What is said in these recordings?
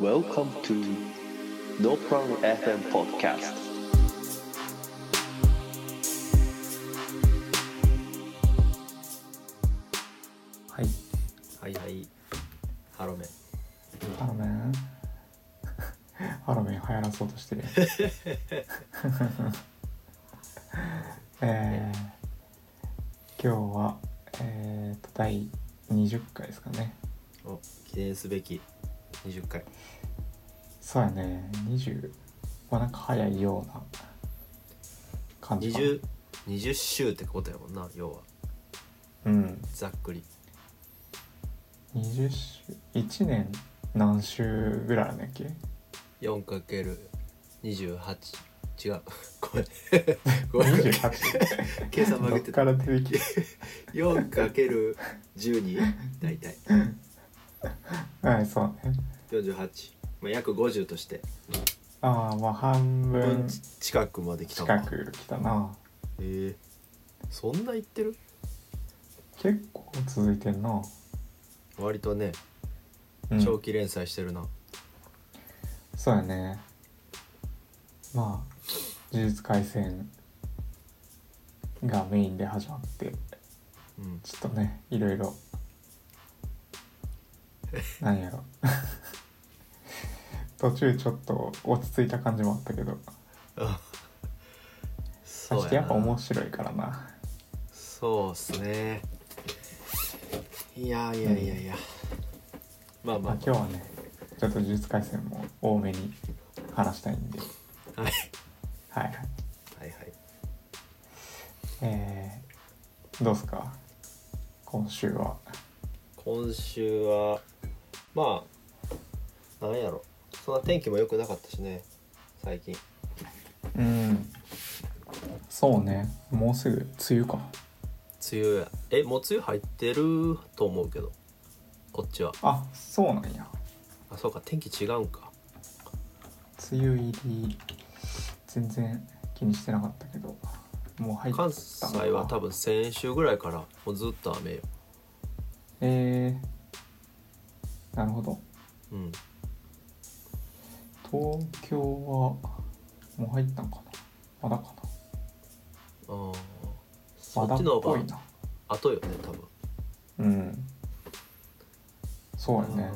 Welcome to No Problem FM Podcast. はい。はいはい。ハロメン。ハロメン。ハロメン流行らそうとしてる。えー、今日は、えー、と第20回ですかね。お、記念すべき20回。そうやね、20はなんか早いような感じかな。 20、20週ってことやもんな、要は。うん。ざっくり。 20週、1年何週ぐらいあるんだっけ 4×28。違う。 これ。 ごめん。 ?28? 計算ど曲っげてかた。ら出てき 4×12。大体。はい、そうね。 48。まあ、約50として。ああ、まあ半分分近くまで来た近わ。く来たな。えーそんな言ってる結構続いてんな、割とね、うん長期連載してるな。そうやねまあ「呪術廻戦」がメインで始まってうん。ちょっとねいろい ろなんやろ 途中ちょっと落ち着いた感じもあったけどあそそうしてやっぱな面白いからなそうっすねいやいやいやいや、まあままああ、今日はねちょっと「呪術廻戦」も多めに話したいんではい、はいはいはいはいえー、どうっすか今週は今週はまあなんやろそんな天気も良くなかったしね最近うんそうねもうすぐ梅雨か梅雨やえもう梅雨入ってると思うけどこっちはあそうなんやあそうか天気違うんか梅雨入り全然気にしてなかったけどもう入ったの関か西は多分先週ぐらいからもうずっと雨よえー、なるほどうん東京はもう入ったんかなまだかあーなそまだっちのっ方ぽがいな後よね多分うんそうやね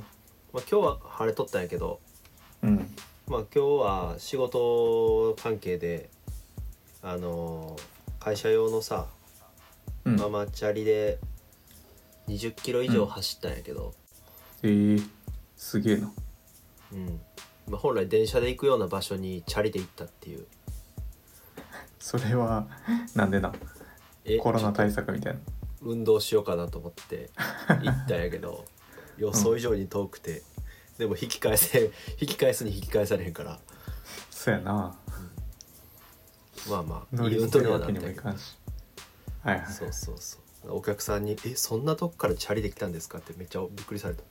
まあ、今日は晴れとったんやけど、うんまあ、今日は仕事関係で、あのー会社用のさうんママチャリで20キロ以上走ったんやけど、えー、すげえなうんまあ、本来電車で行くような場所にチャリで行ったっていうそれはなんでなえコロナちょっ対策みたいなと運動しようかなと思って行ったんや けど予想以上に遠くて、でも引き返せ引き返すに引き返されへんからそうやなまあまあ乗いいり運捨動てにるはわなっけたんにもやいけどか。んしはいはいそうそうそうお客さんに「えそんなとこからチャリできたんですか?」ってめっちゃびっくり されたっ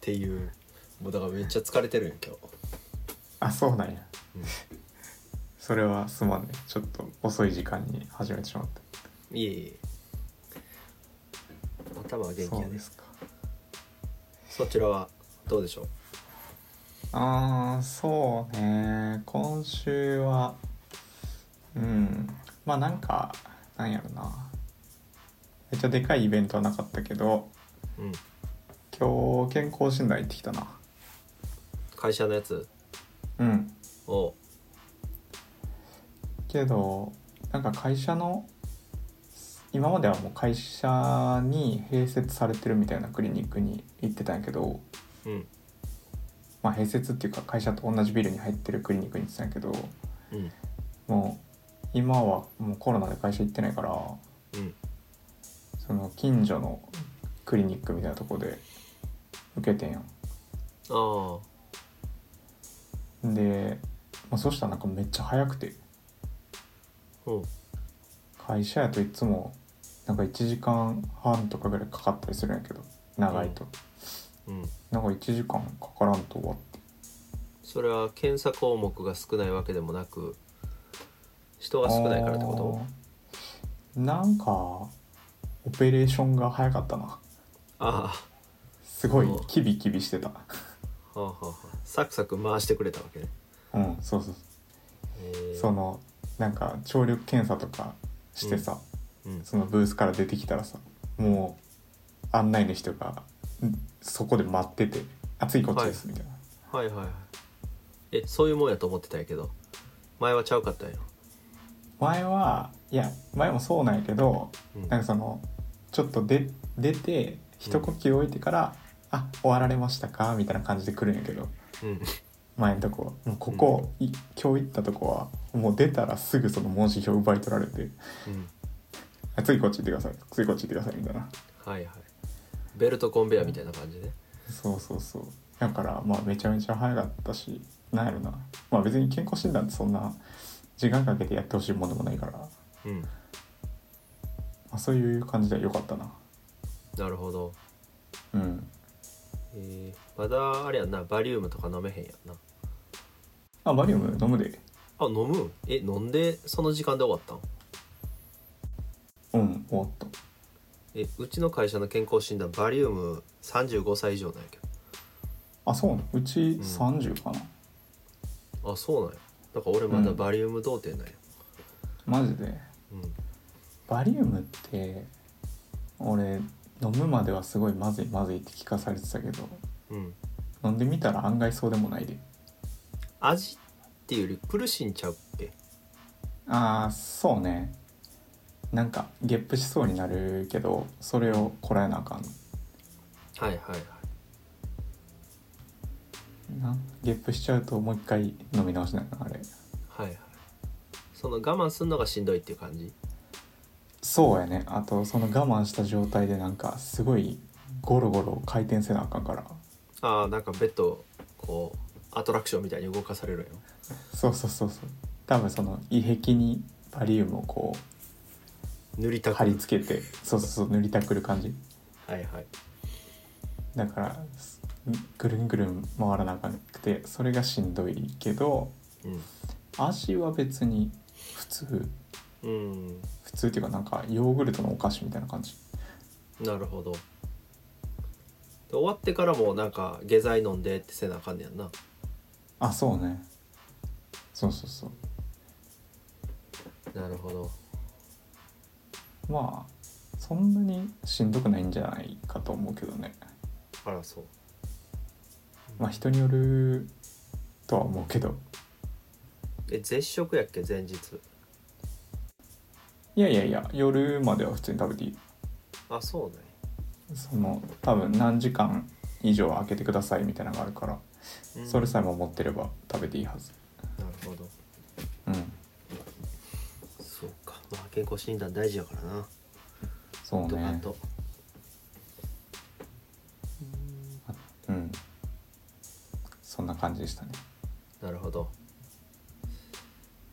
ていうもうだからめっちゃ疲れてるんよ今あそうなんや、うんそれはすまんねちょっと遅い時間に始めてしまって日いえいえ頭は元気そやうでですかそちらはどうでしょうあーそうね今週はうんまあなんかなんやろなめっちゃでかいイベントはなかったけどうん今日健康診断行ってきたな会社のやつうんをけどなんか会社の今まではもう会社に併設されてるみたいなクリニックに行ってたんやけど、うんまあ、併設っていうか会社と同じビルに入ってるクリニックに行ってたんやけどうんもう今はもうコロナで会社行ってないからうんその近所のクリニックみたいなとこで受けてんやあんで、まあ、そしたらなんかめっちゃ早くてあうん会社やといつもなんか1時間半とかぐらいかかったりするんやけど長いと、うんなんか1時間かからんと終わってそれは検査項目が少ないわけでもなく人が少ないからってことあーなんかオペレーションが早かったなああすごいうんキビキビして たあはあはあサクサク回してくれたわけねうんそうそうへえそのなんか聴力検査とかしてさ、うんそのブースから出てきたらさもう案内の人がんそこで待ってて「あ次こっちです」みたいな、はいはいはいえそういうもんやと思ってたんやけど前はちゃうかったんや前はいや前もそうなんやけどうんなんかそのちょっとで出て一呼吸置いてから「あ終わられましたか?」みたいな感じで来るんやけどうん前のとこはもうここ、い今日行ったとこはもう出たらすぐその文字表奪い取られてうん「あ次こっち行ってください次こっち行ってください」みたいなはいはいベルトコンベヤーみたいな感じねそうそうそうだからまあめちゃめちゃ早かったしなんやろなまあ別に健康診断ってそんな時間かけてやってほしいものでもないから、まうんあ、そういう感じでは良かったななるほどうんえー、まだあれやんなバリウムとか飲めへんやんなあバリウム飲むであ飲むんえ飲んでその時間で終わったんうん終わったえうちの会社の健康診断バリウム35歳以上なんやけあそうなのうち30かな、どあそうなんやだから俺まだバリウム童貞なんやマジでうんバリウムって俺飲むまではすごいまずいまずいって聞かされてたけどうん飲んでみたら案外そうでもないで味っていうより苦しんちゃうっけああそうねなんかゲップしそうになるけどそれをこらえなあかんはいはいはいなゲップしちゃうともう一回飲み直しなのあれはいはいその我慢するのがしんどいっていう感じそうやねあとその我慢した状態でなんかすごいゴロゴロ回転せなあかんからああなんかベッドこうアトラクションみたいに動かされるんよそうそうそうそう多分その胃壁にバリウムをこ塗りうたく貼り付けてそうそうそう塗りたくる感じはいはいだからすぐるんぐるん回らなあかんくてそれがしんどいけどうん味は別に普通うん普通っていうかなんかヨーグルトのお菓子みたいな感じなるほどで終わってからもなんか下剤飲んでってせなあかんねやんなあそうねそうそうそうなるほどまあそんなにしんどくないんじゃないかと思うけどねあらそうまあ人によるとは思うけどえ絶食やっけ前日いやいやいや夜までは普通に食べていいあそうねその多分何時間以上空けてくださいみたいなのがあるからうんそれさえ守ってれば食べていいはずなるほどうんそうかまあ健康診断大事やからなそうドカねンとうんそんな感じでしたね なるほど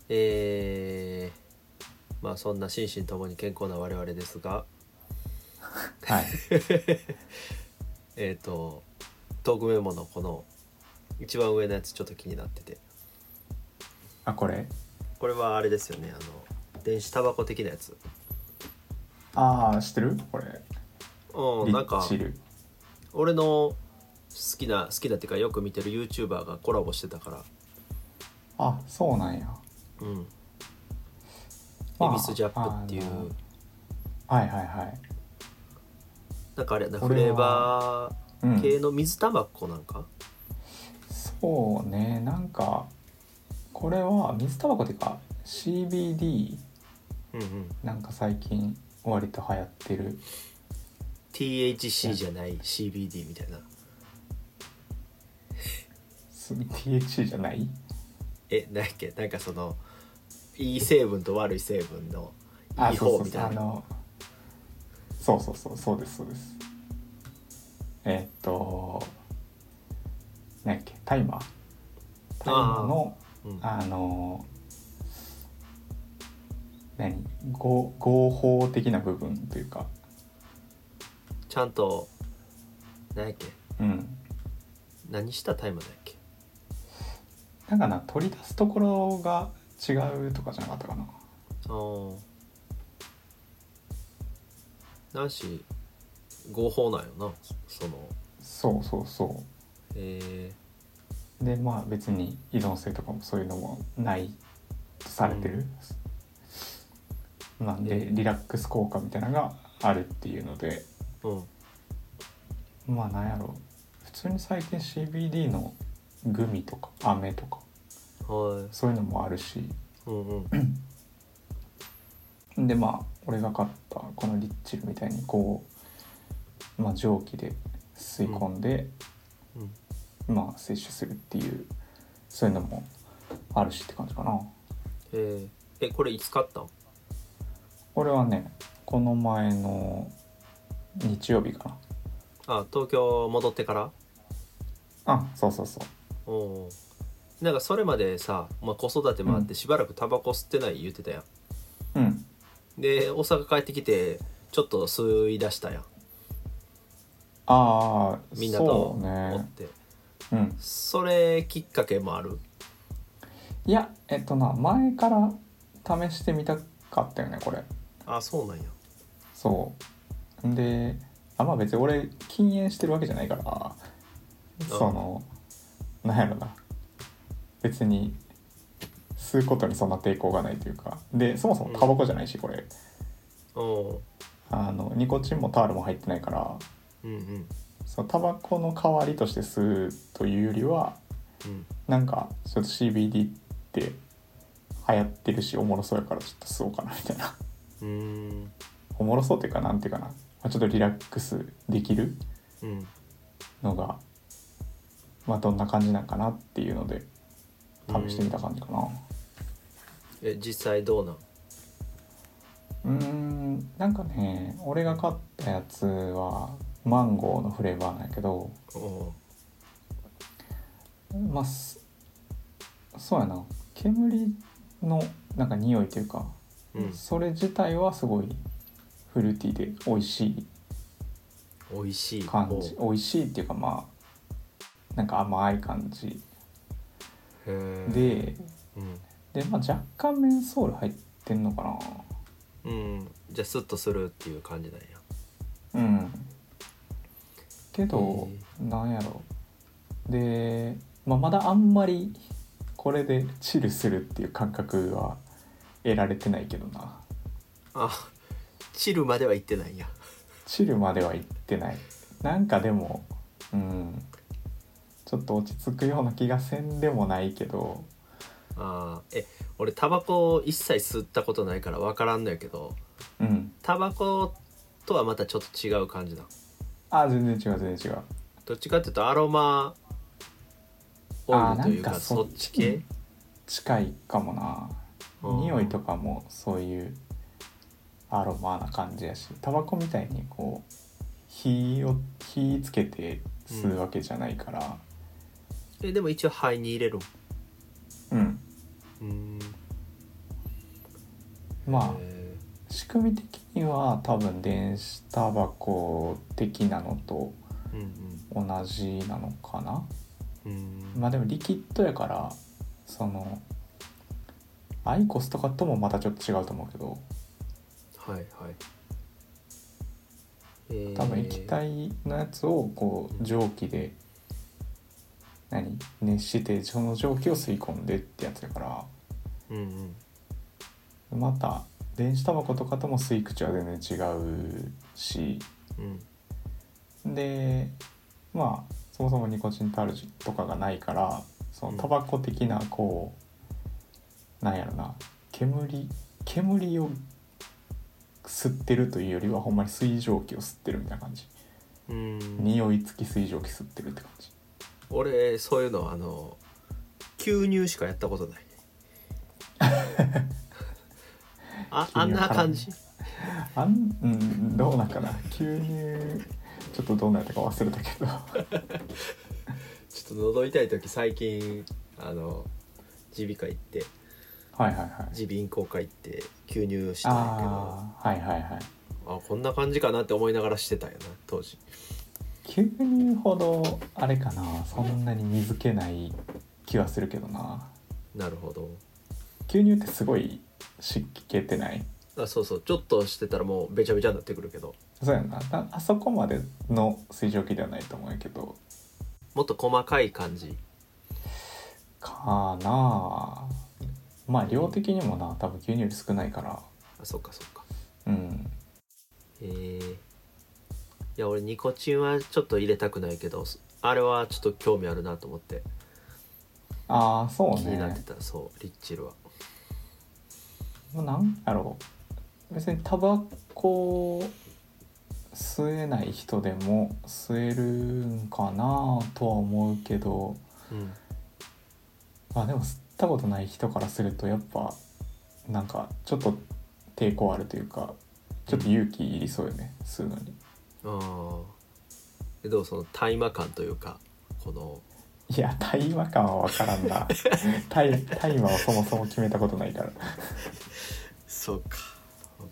えー、まあそんな心身ともに健康な我々ですがはいえっ、とトークメモのこの一番上のやつちょっと気になっててあこれこれはあれですよねあの電子タバコ的なやつああ知ってるこれうんリなんかッチル俺の好きな好きだっていうかよく見てる YouTuber がコラボしてたからあそうなんやうんま恵あ比寿ジャップっていあのうはいはいはいなんかあれやなフ俺はレーバうーん系の水タバコなんか、そうねなんかこれは水タバコっていうか CBD うんうん、なんか最近割と流行ってる THC じゃない CBD みたいなす THC じゃないえなんやっけなんかそのいい成分と悪い成分のいいそうそ方うみそうたあいなのそうそうそうそうですそうですえーっと何やっけタイマータイマーのうんあの何合合法的な部分というかちゃんとなんやっけうん何したタイムだっけなんかな取り出すところが違うとかじゃなかったかなあーなんし合法なんよなそのそうそうそえうでまあ別に依存性とかもそういうのもないとされてる、なんでえーリラックス効果みたいなのがあるっていうのでー、うんまあなんやろ普通に最近 CBD のグミとか飴とかはいそういうのもあるしうんうんでまあ俺が買ったこのリッチルみたいにこう、まあ、蒸気で吸い込んで、うんまあ摂取するっていうそういうのもあるしって感じかなえー、えこれいつ買ったん俺はねこの前の日曜日かあ東京戻ってからなあそうそうそうおーなんかそれまでさ、まあ、子育てもあっうてしばらくタバコ吸ってない言ってたやん、うんで大阪帰ってきてちょっと吸い出したやんああみんなそとうおっねてうんそ,、れきっかけもあるいやえっとな前から試してみたかったよねこれあそうなんやそうんであまあ別に俺禁煙してるわけじゃないからそのなんやろな別に吸うことにそんな抵抗がないというかでそもそもタバコじゃないしこれおあのニコチンもタールも入ってないからーうんうんそのタバコの代わりとして吸うというよりはうんなんかちょっと CBD って流行ってるしおもろそうやからちょっと吸おうかなみたいな うーんおもろそうっていうかなんていうかな、まあ、ちょっとリラックスできるうんのが、まあ、どんな感じなんかなっていうので試してみた感じかなえ実際どうなんうんんなんかね俺が買ったやつはマンゴーのフレーバーなんやけどおまあすそうやな煙のなんか匂いというか、ーうんそれ自体はすごいフルーティーで美味しい美味しい感じお美味しいっていうかまあなんか甘い感じーへーでうん、で、まあ、若干メンソール入ってんのかなうん、じゃあスッとするっていう感じなんやうんけど、なんやろで、まあ、まだあんまりこれでチルするっていう感覚は得られてないけどなあチルまでは行ってないんやチルまではいってないなんかでもうんちょっと落ち着くような気がせんでもないけどあーえ俺タバコを一切吸ったことないから分からんのやけどうんタバコとはまたちょっと違う感じだあ全然違う全然違うどっちかっていうとアロマオイルというかあーなんかそそっち系近いかもなうん匂いとかもそういうアロマな感じやしタバコみたいにこう火を火つけて吸うわけじゃないからえでも一応肺に入れるうん、うんまあへ仕組み的には多分電子タバコ的なのとーうん同じなのかなうんうんまあでもリキッドやからそのアイコスとかともまたちょっと違うと思うけどはいはいえー多分液体のやつをこう蒸気で何熱してその蒸気を吸い込んでってやつだからうんうんまた電子タバコとかとも吸い口は全然違うしうんでまあそもそもニコチンタールとかがないからそのタバコ的なこうなんやろな煙煙を吸ってるというよりはほんまに水蒸気を吸ってるみたいな感じうん匂い付き水蒸気吸ってるって感じ俺そういうのあの吸入しかやったことないああんな感じあんうんどうなんかな急にちょっとどうなったか忘れたけど ちょっと喉痛い時最近あの耳鼻科行ってはいはいはい耳鼻咽喉科行って吸入したんやけどあああはいはいはいこんな感じかなって思いながらしてたよな当時急にほどあれかなそんなに水気ない気はするけどななるほど牛乳ってすごい湿気ってないあそうそうちょっとしてたらもうべちゃべちゃになってくるけどそうやななあそこまでの水蒸気ではないと思うんやけどもっと細かい感じかなあまあ量的にもな多分牛乳より少ないからあそっかそっかうんえー、いや俺ニコチンはちょっと入れたくないけどあれはちょっと興味あるなと思ってああそう気になってねたそうリッチルはもうなんやろう別にタバコ吸えない人でも吸えるんかなとは思うけどうんあでも吸ったことない人からするとやっぱなんかちょっと抵抗あるというかちょっと勇気いりそうよね吸うのにああでどうその大麻感というかこのいや大麻感は分からん な大大麻をそもそも決めたことないからそうか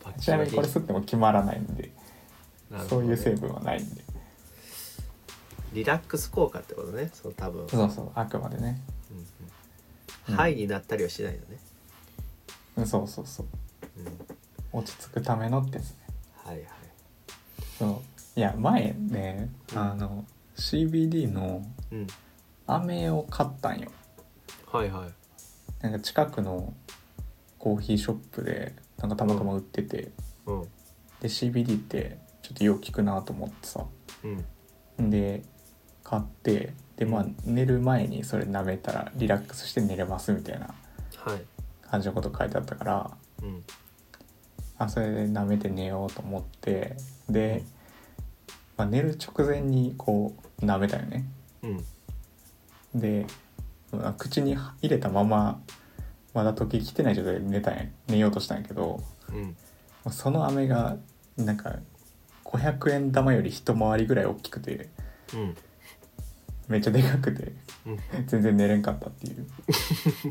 バッちなみにこれ吸っても決まらないんでなるほそどうねいう成分はないんでリラックス効果ってことねその多分、うんそうそうあくまでねうん、ハイになったりはしないのね、うんそうそうそううん、落ち着くためのってですねはいはいそういや前ねあの CBD のうん飴を買ったんよはいはいなんか近くのコーヒーショップでなんかたまたま売ってて、うんで CBD ってちょっとよう効くなと思ってさうんで買ってでまあうん寝る前にそれ舐めたらリラックスして寝れますみたいなはい感じのこと書いてあったからうんあそれで舐めて寝ようと思ってで、まあ、寝る直前にこう舐めたよねうんでまあ口に入れたまままだ時計来てない状態で寝たんや寝ようとしたんやけどうんその飴がなんか500円玉より一回りぐらい大きくてうんめっちゃでかくてうん全然寝れんかったっていう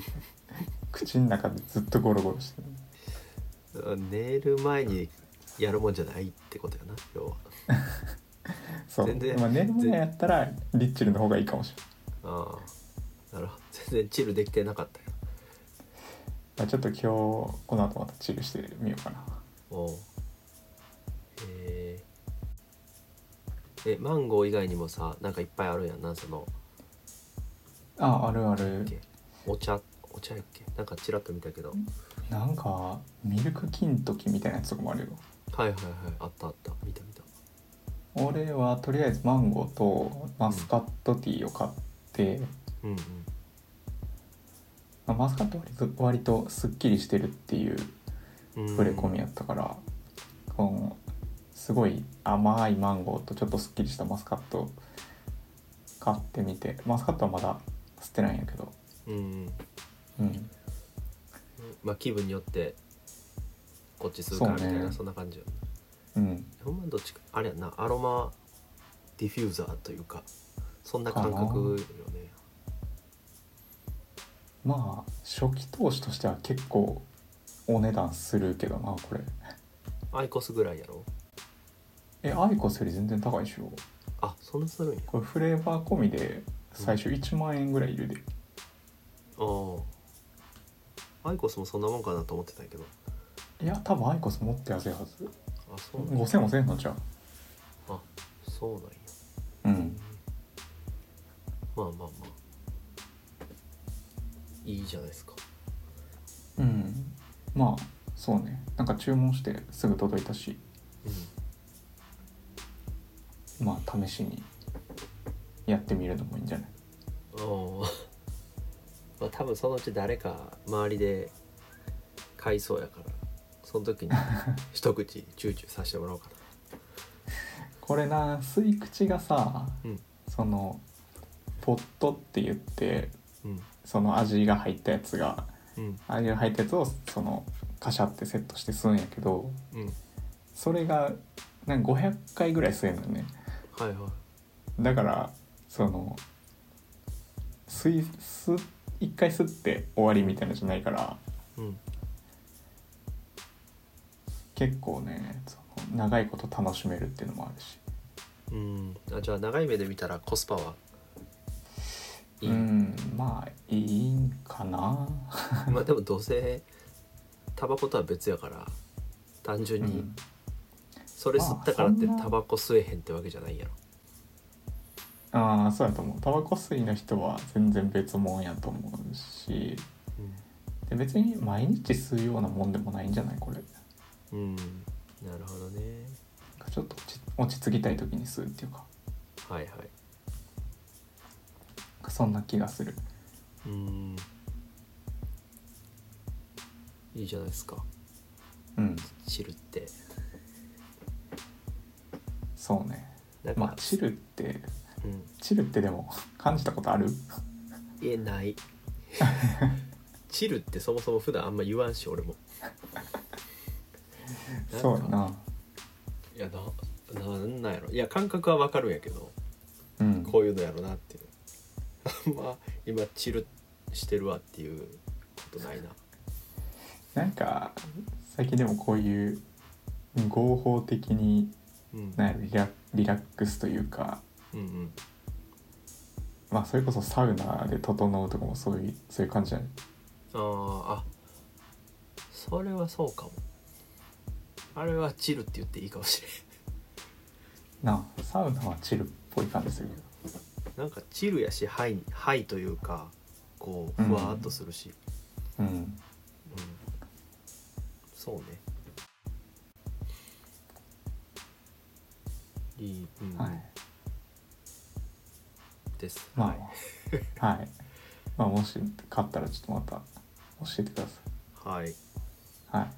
口の中でずっとゴロゴロしてる寝る前にやるもんじゃないってことやな要はそう、全然まあ、寝る前やったらリッチルの方がいいかもしれない、ああなるほど全然チルできてなかったよまあ、ちょっと今日この後またチルしてみようかなおうえーえマンゴー以外にもさなんかいっぱいあるやんなそのああるあるお茶お茶やっけなんかちらっと見たけどなんかミルク金時みたいなやつとかもあるよはいはいはいあったあった見た見た俺はとりあえずマンゴーとマスカットティーを買って、うんうんまあマスカット割と割とすっきりしてるっていううん触れ込みやったから、このすごい甘いマンゴーとちょっとすっきりしたマスカット買ってみてマスカットはまだ吸ってないんやけど、うんうんうん、まあ気分によってこっちするからみたいそうなねそんな感じようん、ほんまどっちかあれやんなアロマディフューザーというかそんな感覚よねまあ初期投資としては結構お値段するけどなこれアイコスぐらいやろえアイコスより全然高いでしょあそんなするんやこれフレーバー込みで最初1万円ぐらいいるで、ああアイコスもそんなもんかなと思ってたんやけどいや多分アイコス持ってやせえはずあそうなんや5000もせんのじゃあそうなんやううんまあまあまあいいじゃないですかうんまあそうねなんか注文してすぐ届いたしうんまあ試しにやってみるのもいいんじゃないああ まあ多分そのうち誰か周りで買いそうやからその時に一口チューチューさせてもらおうかこれな吸い口がさ、うんそのポットって言ってなその味が入ったやつがうん味が入ったやつをそのカシャってセットして吸うんやけどうんうんそれがなんか500回ぐらい吸えるのよねはいはいだからその吸い吸一回吸って終わりみたいなのじゃないからうん結構ねその長いこと楽しめるっていうのもあるしうんあじゃあ長い目で見たらコス パはいい、うんまあいいんかなまあでもどうせタバコとは別やから単純うにんそれ吸ったからってまあそんなタバコ吸えへんってわけじゃないやろああそうやと思うタバコ吸いの人は全然別もんやと思うしで別に毎日吸うようなもんでもないんじゃないこれうん、なるほどねちょっと落ち落ち着きたい時に吸うっていうかはいはいそんな気がするうんいいじゃないですかうんチルってそうねなんか、まあチルってうんチルってでも 感じたことあるいえない チルってそもそも普段あんま言わんし俺も なんかそうやないやななんなんやろいや感覚はわかるんやけどうんこういうのやろなっていう あんま今チルしてるわっていうことないななんか最近でもこういう合法的にうんなんやろリラリラックスというかうんうんまあそれこそサウナで整うとかもそういうそういう感じじゃないあーあそれはそうかもあれはチルって言っていいかもしれなあサウナはチルっぽい感じするけどん なんかチルやしハイハイというかこうふわーっとするし、うんうんそうねいい、うんはいですまあはいまあもし勝ったらちょっとまた教えてくださはいいはい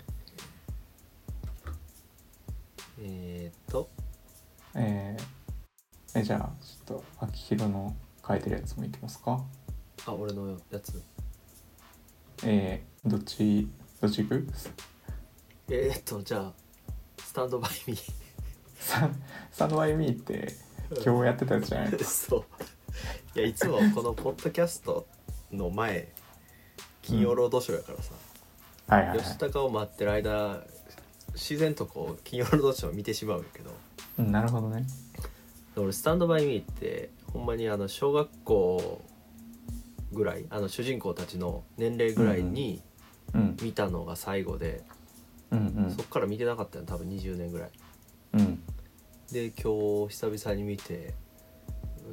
えー、っとえーえじゃあちょっと秋広の書いてるやつもいきますかあ俺のやつえー、どっちどっち行くえー、っとじゃあスタンドバイミー ササンドバイミーって今日やってたやつじゃないそういやいつもこのポッドキャストの前金曜ロードショーやからさ、はいはいはい吉高を待ってる間自然とこう金曜ロードショーを見てしまうんやけどうんなるほどねで俺「スタンドバイ・ミー」ってほんまにあの小学校ぐらいあの主人公たちの年齢ぐらいにうん見たのが最後で、うんそっから見てなかったの多分20年ぐらいうんうんで今日久々に見て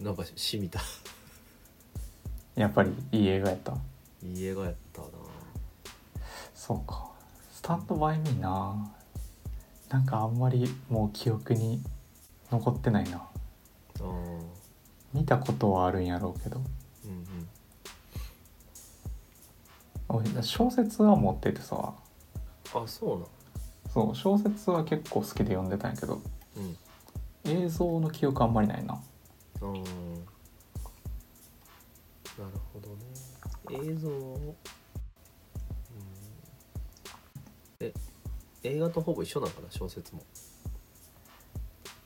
なんかしみたやっぱりいい映画やったいい映画やったなそうかスタンドバイミーななんかあんまりもう記憶に残ってないなあーうん見たことはあるんやろうけどうん俺小説は持っててさあそうなんそう小説は結構好きで読んでたんやけどうん映像の記憶あんまりないなあーなるほどね映像を、うん、え映画とほぼ一緒なのかな小説も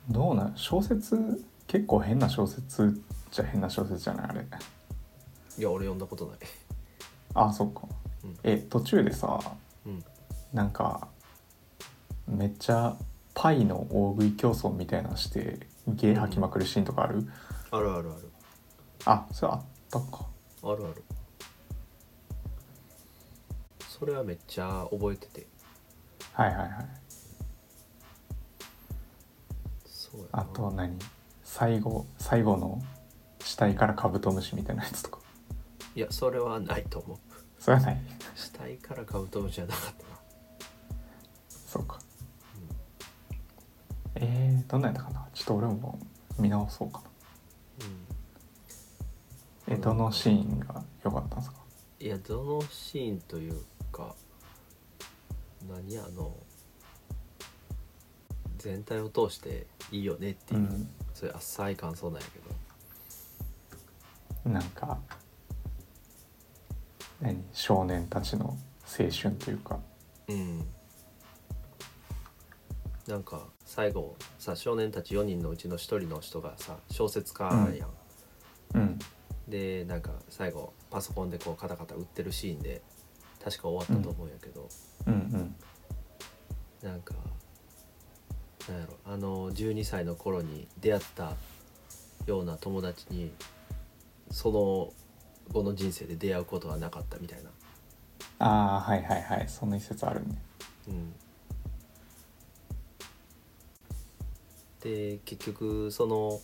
どうなん小説結構変な小説じゃ変な小説じゃないあれいや俺読んだことないあそっかうんえ途中でさうんなんかめっちゃパイの大食い競争みたいなのしてゲー吐きまくるシーンとかあるあるあるあるあそれあったかあるあるそれはめっちゃ覚えててはいはいはいそうやなあとは何最後最後の死体からカブトムシみたいなやつとかいやそれはないと思うそれはない死体からカブトムシじゃなかったなそうかえー、どんなんやったかなちょっと俺も見直そうかなうんえどのシーンが良かったんですかいやどのシーンというか何あの全体を通していいよねっていう、そういう浅い感想なんやけどうん、なんか何少年たちの青春というかうんなんか最後さ少年たち4人のうちの1人の人がさ小説家なんやん、うんでなんか最後パソコンでこうカタカタ売ってるシーンで確か終わったと思うんやけど、うんうんなんかなんやろあの12歳の頃に出会ったような友達にその後の人生で出会うことはなかったみたいな、ああはいはいはいそんな一節あるねうん、で結局その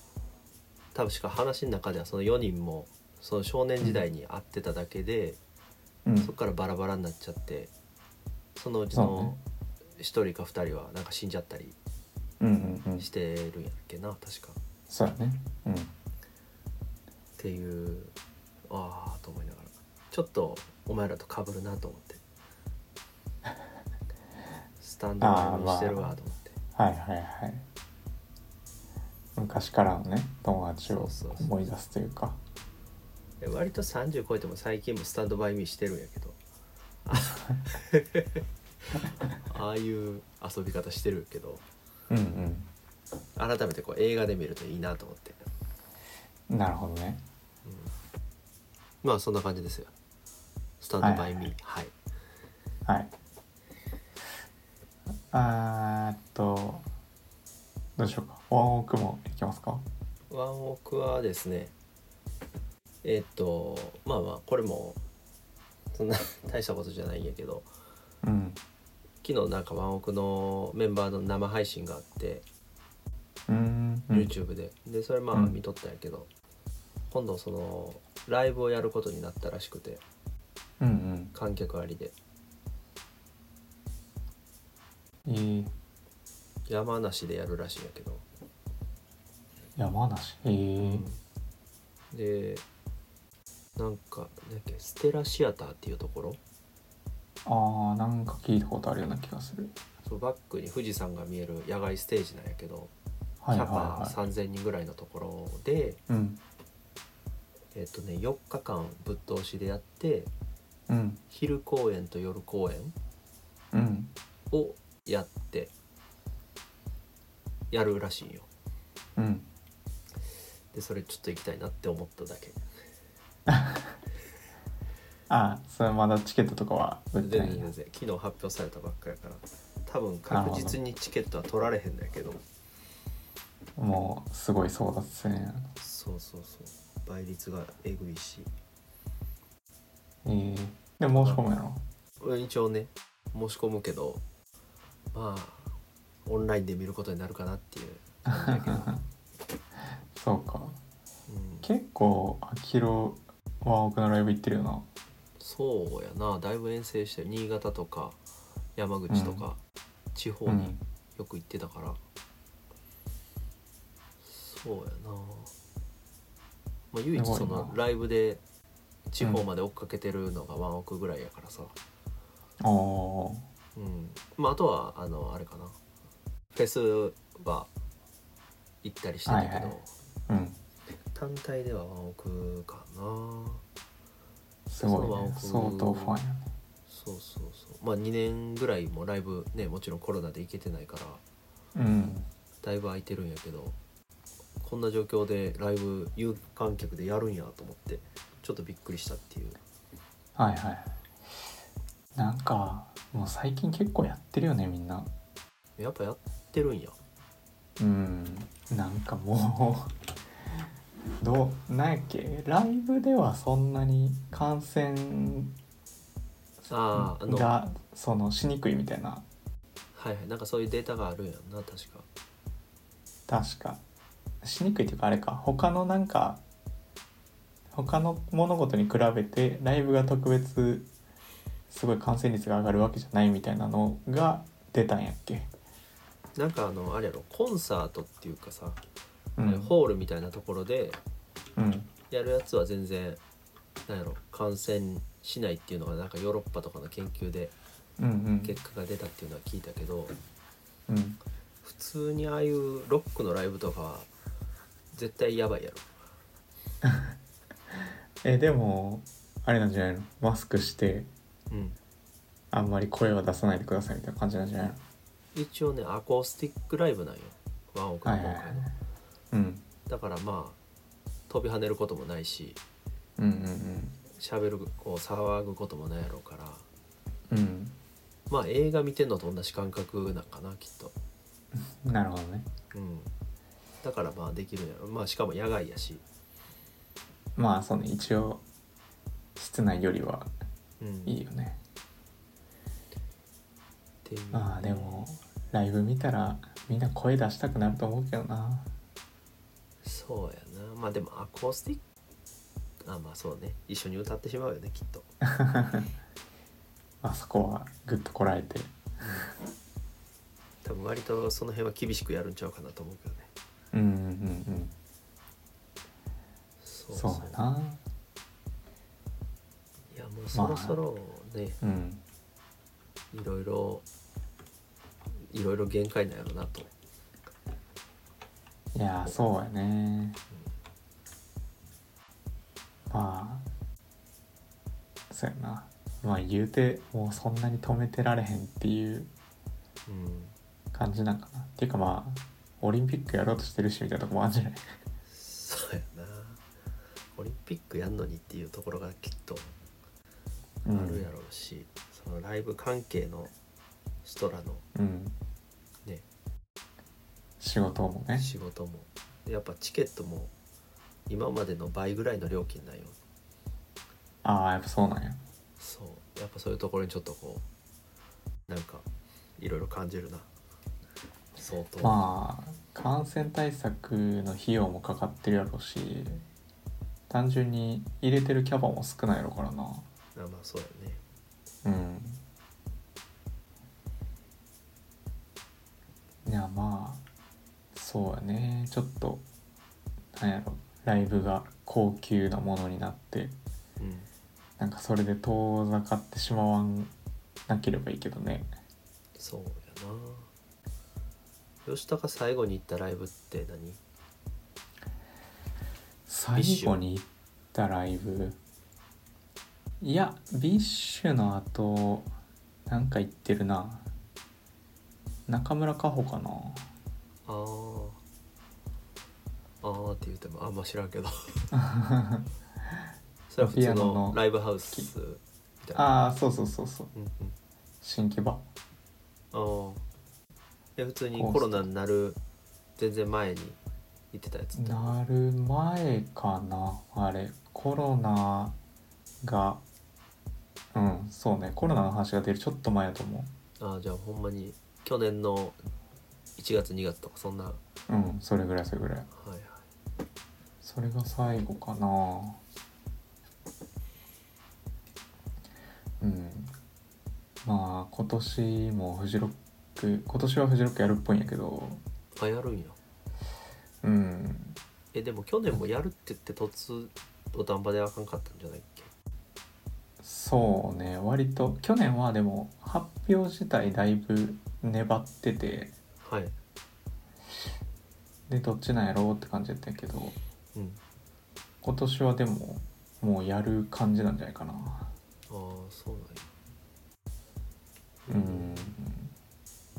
多分しか話の中ではその4人もその少年時代に会ってただけで、うんそこからバラバラになっちゃってそのうちそうねの1人か2人はなんか死んじゃったりうんうんうんしてるんやっけな確か。そうやねうんっていうああと思いながらちょっとお前らと被るなと思って スタンドバイミーしてるわと思って、はいはいはい昔からのね友達をそうそうそう思い出すというかで割と30超えても最近もスタンドバイミーしてるんやけ どあああいう遊び方してるけどうん改めてこう映画で見るといいなと思ってうんなるほどねまあそんな感じですよスタンドバイミーはい、はいあーっとどうしようかワンオークもいきますかワンオクはですねえっとまあまあこれもそんな 大したことじゃないんやけどうん昨日なんかワンオクのメンバーの生配信があってうーんうん YouTube で、でそれまあうん見とったんやけど、今度そのライブをやることになったらしくてうん観客ありでうんいい山梨でやるらしいんやけど山梨えー、でなんかなんだっけステラシアターっていうところあーなんか聞いたことあるような気がするそうバックに富士山が見える野外ステージなんやけどキはいはャいパは3,000人ぐらいのところで、いうんえっとね、4日間ぶっ通しでやってうん昼公演と夜公演うんをやってやるらしいんようんでそれちょっと行きたいなって思っただけあそれまだチケットとかは売っ全てな然いんや全然昨日発表されたばっかやから多分確実にチケットは取られへんだけどもうすごい争奪戦やなそうそうそう倍率がえぐいしえー、で申し込むやろ一応ね申し込むけどまあオンラインで見ることになるかなっ ていう感じやけど、そうかうん、結構あきろワンオクのライブ行ってるよなそうやなだいぶ遠征して新潟とか山口とか、地方によく行ってたから、そうやな、まあ、唯一すごいそなのライブで地方まで追っかけてるのがワンオクぐらいやからさ、うんおーうんまあ、あとはあのあれかなフェスは行ったりしてたけど、はいはいうん単体ではワンオクかなすごいねそのワン相オク当ファンやねそうそうそうまあ2年ぐらいもライブねもちろんコロナで行けてないかうらんだいぶ空いてるんやけどこんな状況でライブ有観客でやるんやと思ってちょっとびっくりしたっていうはいはいなんかもう最近結構やってるよねみんなやっぱやってるんやうんなんかもう どうなんやっけライブではそんなに感染あああのはがそのしにくいみたいないはいなんかそういうデータがあるんやんな確か確かしにくいっていうかあれか他のなんか他の物事に比べてライブが特別すごい感染率が上がるわけじゃないみたいなのが出たんやっけ、なんかあのあれやろコンサートっていうかさ、うんホールみたいなところでうん、やるやつは全然なんやろ感染しないっていうのがなんかヨーロッパとかの研究でうんうん結果が出たっていうのは聞いたけどうん普通にああいうロックのライブとかは絶対やばいやろえでもあれなんじゃないのマスクしてうんあんまり声は出さないでくださいみたいな感じなんじゃないの一応ねアコースティックライブなんよワンオクのはい今はい回はいのうんだからまあ飛び跳ねることもないしうんうん喋るこう騒ぐこともないやろうからうんうんまあ映画見てんのと同じ感覚なんかなきっとなるほどねうんだからまあできるんやろまあしかも野外やし、まあその一応室内よりはうん、いっいよねていうまあでもライブ見たらみんな声出したくなると思うけどなそうやなまあでもアコースティックあまあそうね一緒に歌ってしまうよねきっとあそこはグッとこらえて多分割とその辺は厳しくやるんちゃうかなと思うけどねうんうんうんそうんそうやないやもうそろそろね、うんいろいろいろいろ限界なんやろなといやーそうやねまあそうやなまあ言うてもうそんなに止めてられへんっていううん感じなんかなっていうかまあオリンピックやろうとしてるしみたいなとこもあるんじゃないそうやなオリンピックやんのにっていうところがきっとうあるやん、ろうし、そのライブ関係のストラのうん、ね仕事もね仕事もやっぱチケットも今までの倍ぐらいの料金なんよああやっぱそうなんやそうやっぱそういうところにちょっとこうなんかいろいろ感じるな相当、まあ感染対策の費用もかかってるやろうし単純に入れてるキャバも少ないやろからなあまあそうやねうんいやまあそうやねちょっとなんやろライブが高級なものになってうんなんかそれで遠ざかってしまわんなければいいけどねそうやな吉高最後に行ったライブって何最後に行ったライブいやビッシュの後なんか行ってるな中村佳穂かなあーあーって言ってもあんま知らん けどそれは普ピ通アノののライブハウスみたいなああそうそうそうそううんうん新木場あーえ普通にコロナになる全然前に行ってたやつってなる前かなあれコロナがうんそうねコロナの話が出るちょっと前やと思ああじゃあほんまに去年の1月2月とかそんなはううんそれぐらいそれぐらいいはいそれが最後かなうんまあ今年もフジロック今年はフジロックやるっぽいんやけどあやるんやうんえでも去年もやるって言って突土壇場であかんかったんじゃないっけそうね割と去年はでも発表自体だいぶ粘っててはいでどっちなんやろうって感じやったんやけどうん今年はでももうやる感じなんじゃないかなああそううなんやん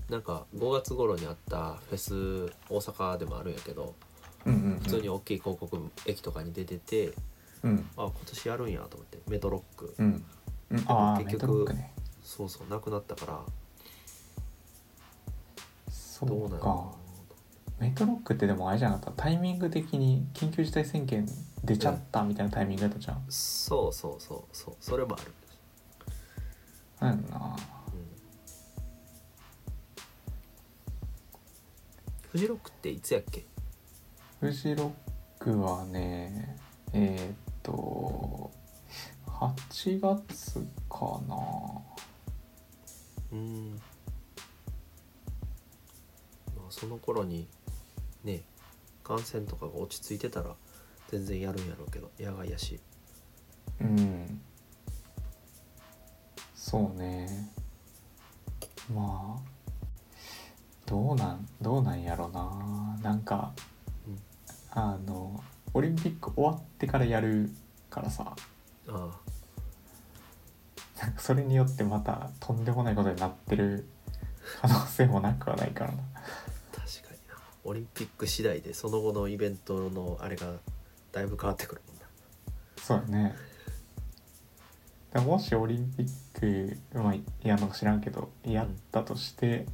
なんか5月頃にあったフェス大阪でもあるんやけどうんうん普通に大きい広告駅とかに出てて、うんあ今年やるんやと思ってメトロック、うんうんああ結メト局ロックねそうそうなくなったからそどううなるかメトロックってでもあれじゃなかったタイミング的に緊急事態宣言出ちゃったみたいなタイミングだったじゃん、そうそうそうそうそれもあなる、んやろなうん、フジロックっていつやっけフジロックはねえーっと8月かなうんまあその頃にね感染とかが落ち着いてたら全然やるんやろうけど野外やしうんそうねまあどうなんどうなんやろななんか、うんあのオリンピック終わってからやるからさあなんかそれによってまたとんでもないことになってる可能性もなくはないからなあ確かになオリンピック次第でその後のイベントのあれがだいぶ変わってくるもんなそうやねだからもしオリンピック、まあ、やんのか知らんけどやったとして、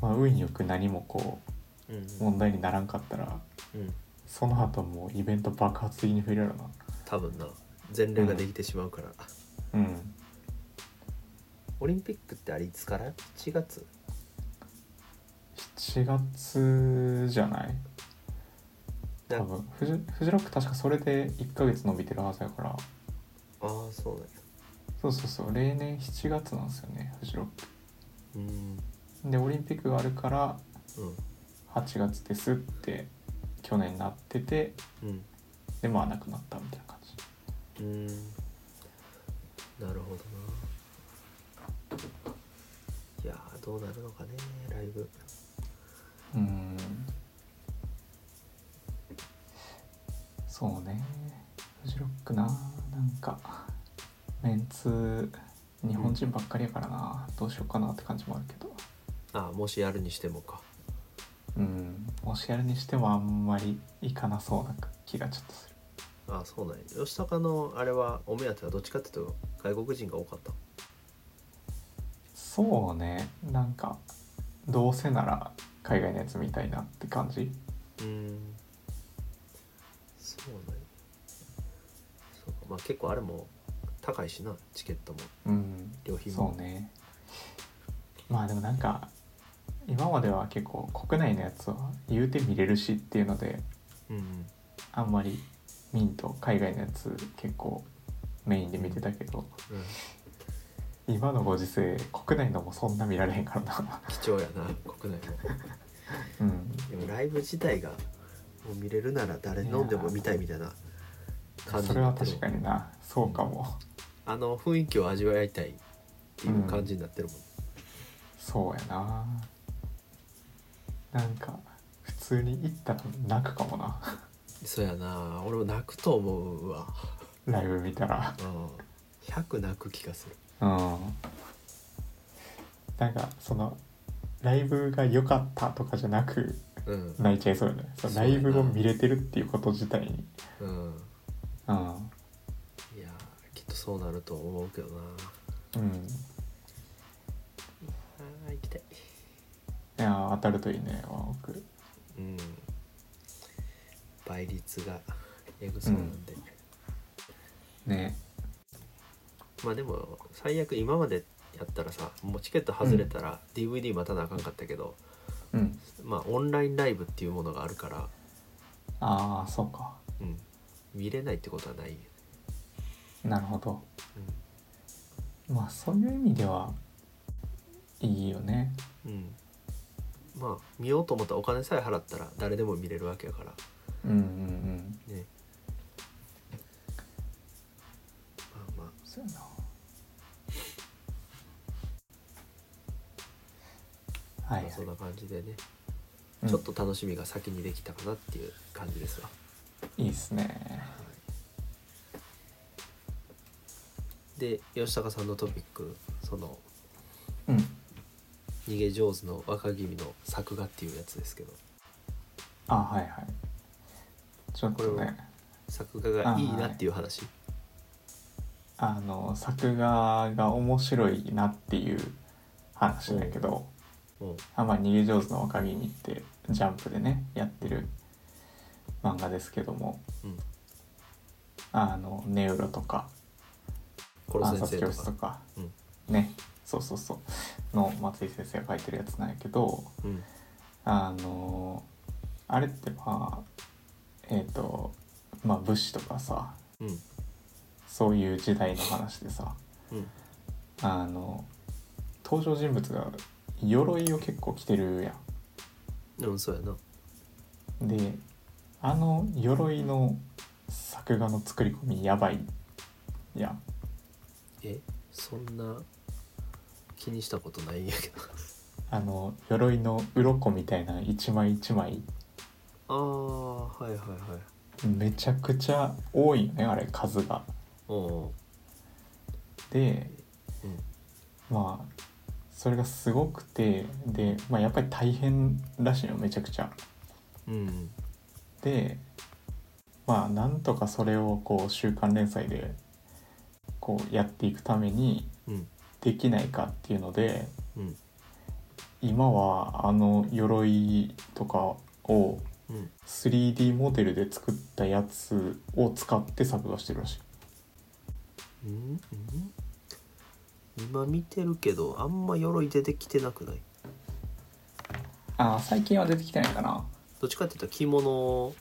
まあ、運よく何もこうんうんう問題にならんかったらうんその後もうイベント爆発的に増えるやろな多分な前例ができてしまうから、うんオリンピックってあれいつから ?1 月4月じゃないな多んか分フジフジロック確かそれで1ヶ月伸びてるはずやからああそうなんやそうそうそう例年7月なんですよねフジロックうんでオリンピックがあるからうん8月ですって去年なっててうんでまあなくなったみたいな感じうんなるほどな。いやーどうなるのかねライブ。うんそうねフジロックななんかメンツ日本人ばっかりやからな、どうしようかなって感じもあるけどあもしやるにしてもか。うんもしやるにしてもあんまりいかなそうな気がちょっとするあそうなんや。吉高のあれはお目当てはどっちかっていうと外国人が多かった。そうねなんかどうせなら海外のやつみたいなって感じうん。そうなんや。そうかまあ結構あれも高いしなチケットもうん旅費もそ。うねまあでもなんか今までは結構国内のやつは言うて見れるしっていうのでうんうん。あんまりミント海外のやつ結構メインで見てたけどうん、今のご時世国内のもそんな見られへんからな貴重やな 国内も。うんでもライブ自体がもう見れるなら誰飲んでも見たいみたいな感じそにれなはってる確かになそうかもあの雰囲気を味わいたいっていう感じになってるもん、そうやななんか普通に行ったら泣くかもなそうやな俺も泣くと思うわ、ライブ見たらうん、100泣く気がするうんなんかそのライブが良かったとかじゃなくうん泣いちゃいそうよねそのそうラやなイブを見れてるっていうこと自体にうんうん、いやーきっとそうなると思うけどなうん、あー行きたいいやー当たるといいねワンオクうん倍率がえぐそうなんで、ねまあでも最悪今までやったらさもうチケット外れたら DVD またなあかんかったけど、うんまあオンラインライブっていうものがあるから、ああそうかうん、見れないってことはない、なるほどうんまあそういう意味ではいいよねうん、まあ見ようと思ったらお金さえ払ったら誰でも見れるわけやからうんうんうんねまあまそうやなあ、はい、まあそんな感じでね、うんちょっと楽しみが先にできたかなっていう感じですわ、いいっすねで吉高さんのトピックそのうん「逃げ上手の若君の作画」っていうやつですけどあはいはいちょっとこねれは作画がいいなっていう話、あの作画が面白いなっていう話だけど、うんあまあ、逃げ上手の若君ってジャンプでねやってる漫画ですけどもうんあのネウロとかコロ暗先殺生教と室かとか、うんねそうそうそうの松井先生が書いてるやつなんやけどうんあのあれってまあえっ、とまあ武士とかさうんそういう時代の話でさうんあの登場人物が鎧を結構着てるやうんそうやな、んであの鎧の作画の作り込みやばいやんえそんな気にしたことないんやけどあの鎧の鱗みたいな一枚一枚ああはいはいはいめちゃくちゃ多いよねあれ数が。おうでうんまあそれがすごくてで、まあ、やっぱり大変らしいよめちゃくちゃ。うんでまあなんとかそれをこう週刊連載でこうやっていくためにうんできないかっていうのでうん今はあの鎧とかをうん 3D モデルで作ったやつを使って作画してるらしい。うんうん今見てるけどあんま鎧出てきてなくないあー最近は出てきてないかなどっちかっていうと着物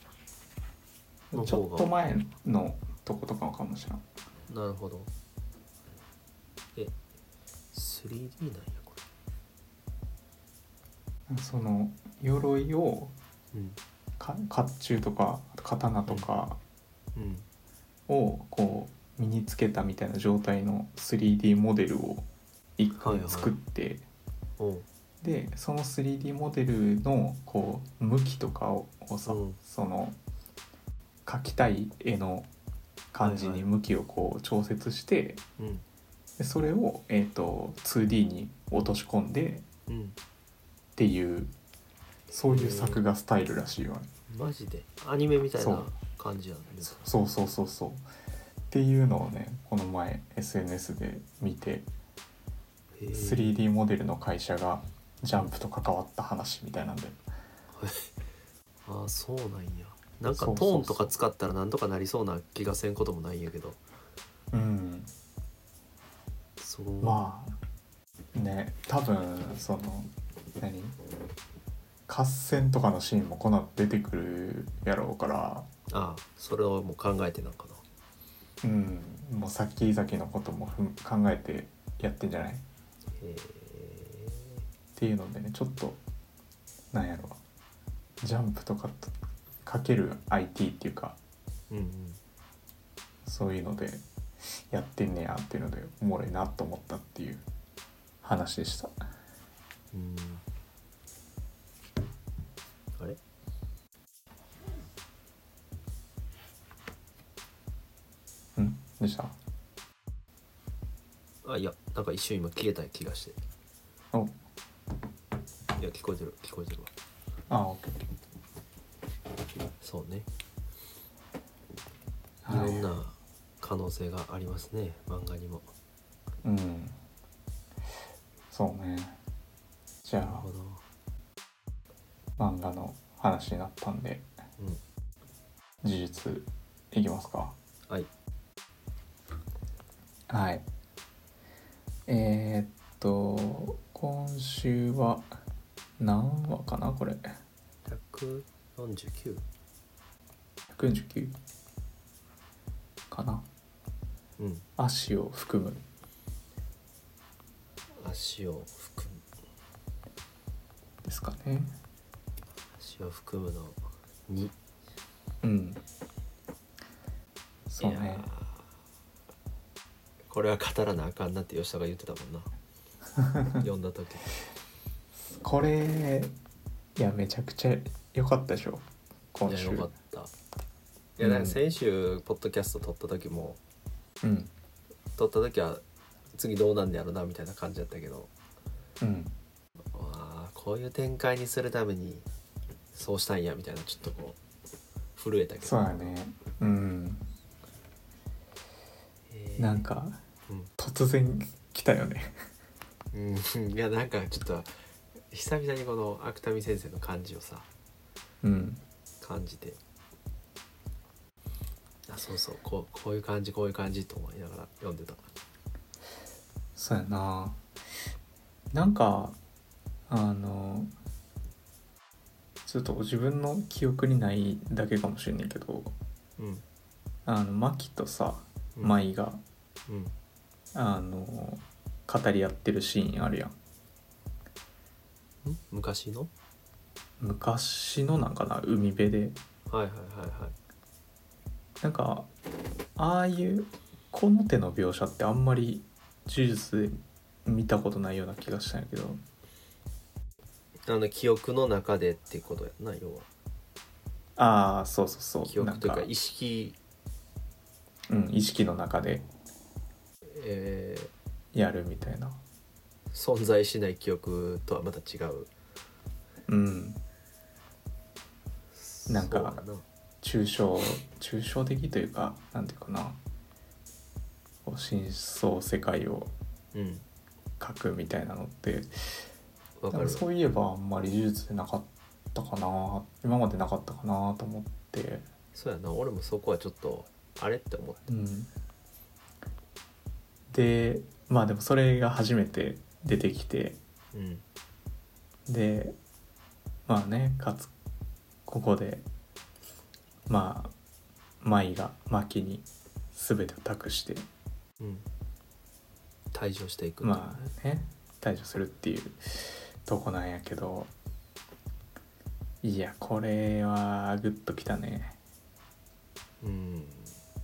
のちょっ方とが前のとことかかもしれんなるほどえ 3D なんやこその鎧をれうんか甲冑とかあと刀とかうんをこう身につけたみたいな状態の 3D モデルを一は回いはい作って、おうでその 3D モデルのこう向きとかををさ、うんその描きたい絵の感じはいには向きをこう調節して、うんでそれを、えー、と 2D に落とし込んでうんっていうそういう作画スタイルらしいよね。マジでアニメみたいそなう感じやんねそうそうそうそうっていうのをねこの前 SNS で見てへえ 3D モデルの会社がジャンプと関わった話みたいなんでああそうなんやなんかそトうそうそうーンとか使ったらなんとかなりそうな気がせんこともないんやけどうんそうまあね多分その何合戦とかのシーンもこの後出てくるやろうからああそれをもう考えてなんかなうんもう先々のこともふん考えてやってんじゃないっへていうのでねちょっとなんやろジャンプとかとかける IT っていうかえうんうんそういうのでやってんねやっていうのでおもろいなと思ったっていう話でしたうんあれうんでしたあいやなんか一瞬今消えた気がしておいや聞こえてる聞こえてるわあオッケーそうねいはろいんな可能性がありますね漫画にもうんそうねじゃなるほあど漫画の話になったんでうん呪術いきますかはいはいえー、っと今週は何話かなこれ149 149かなうん足を含む足を含むですかね足を含むの2うんそういやねーこれは語らなあかんなって吉田が言ってたもんな 読んだ時これいやめちゃくちゃ良かったでしょ今い週やよかったいやだから先週ポッドキャスト撮った時もうん撮った時は次どうなんねやろなみたいな感じだったけどうんわあこういう展開にするためにそうしたんやみたいなちょっとこう震えたけどそうだねうんえーなんかうん突然来たよね うん いやなんかちょっと久々にこの芥見先生の感じをさうん感じてあそうそうこうこういう感じこういう感じと思いながら読んでたそうやななんかあのちょっと自分の記憶にないだけかもしれないけどうんあのマキとさうん舞が、うんあの語り合ってるシーンあるやんん昔の昔のなんかな海辺ではいはいはいはいなんかああいうこの手の描写ってあんまり呪術で見たことないような気がしたんやけどあの記憶の中でっていうことやんな要はああそうそうそう記憶というかなん意識うん、意識の中でえーやるみたいな存在しない記憶とはまた違ううんなんかそうや抽象抽象的というかなんていうかなこう真相世界をうん描くみたいなのってわなかんるかそういえばあんまり呪術でなかったかな今までなかったかなと思ってそうやな俺もそこはちょっとあれって思ってうんでまあでもそれが初めて出てきてうんでまあねかつここでまあ舞が牧に全てを託してうん、退場していくまあね対処するっていうとこなんやけどいやこれはグッときたねうん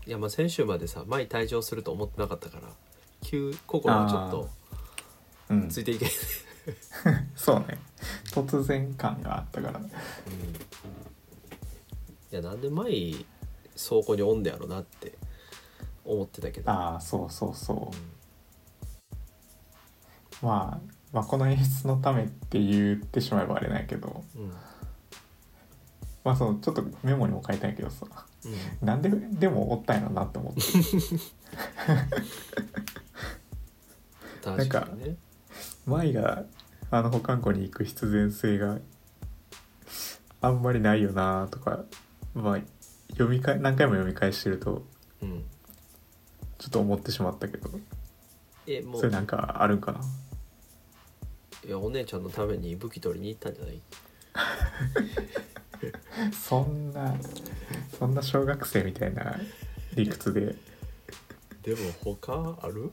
いやまあ先週までさ前に退場すると思ってなかったから急心がちょっとうんついていけ、 そうね突然感があったからうん、いやなんで前に倉庫におんねやろなって思ってたけどああそうそうそうまあ、まあこの演出のためって言ってしまえばあれなんやけどんうんまあそのちょっとメモにも書いたんやけどさうんなんででもおったんやろなって思 って確かにね舞があの保管庫に行く必然性があんまりないよなとかまあ読みか何回も読み返してるとうんちょっと思ってしまったけどえもそれうなんかあるんかないやお姉ちゃんのために武器取りに行ったんじゃないそんなそんな小学生みたいな理屈ででも他ある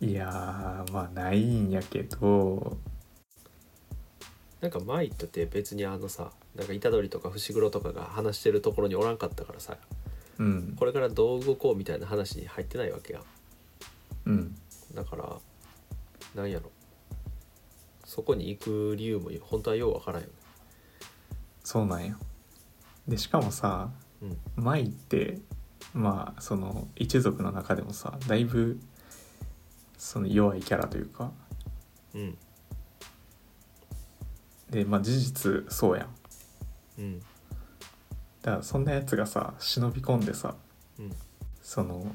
いやーまあないんやけどなんか前行ったって別にあのさなんか虎杖とか伏黒とかが話してるところにおらんかったからさうんこれからどう動こうみたいな話に入ってないわけやうんだからなんやろそこに行く理由も本当はようわからんよねそうなんよでしかもさうん舞ってまあその一族の中でもさだいぶその弱いキャラというかうんでまあ事実そうやんうんだからそんなやつがさ忍び込んでさうんその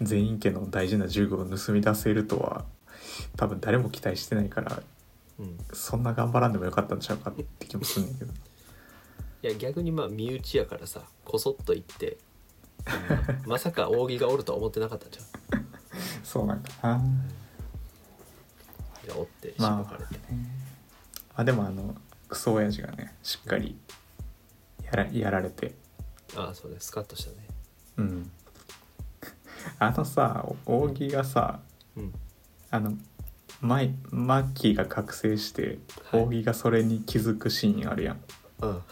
全員家の大事な銃具を盗み出せるとは多分誰も期待してないからうんそんな頑張らんでもよかったんちゃうかって気もするんだけどいや逆にまあ身内やからさこそっと行 ってあのまさか扇がおるとは思ってなかったんじゃんそうなんかな。いやおってしばまかあれて、あでもあのクソ親父がねしっかりやらやられてああそうねスカッとしたねうん あのさお扇がさうんあのマイマッキーが覚醒してはい扇がそれに気づくシーンあるやん、うん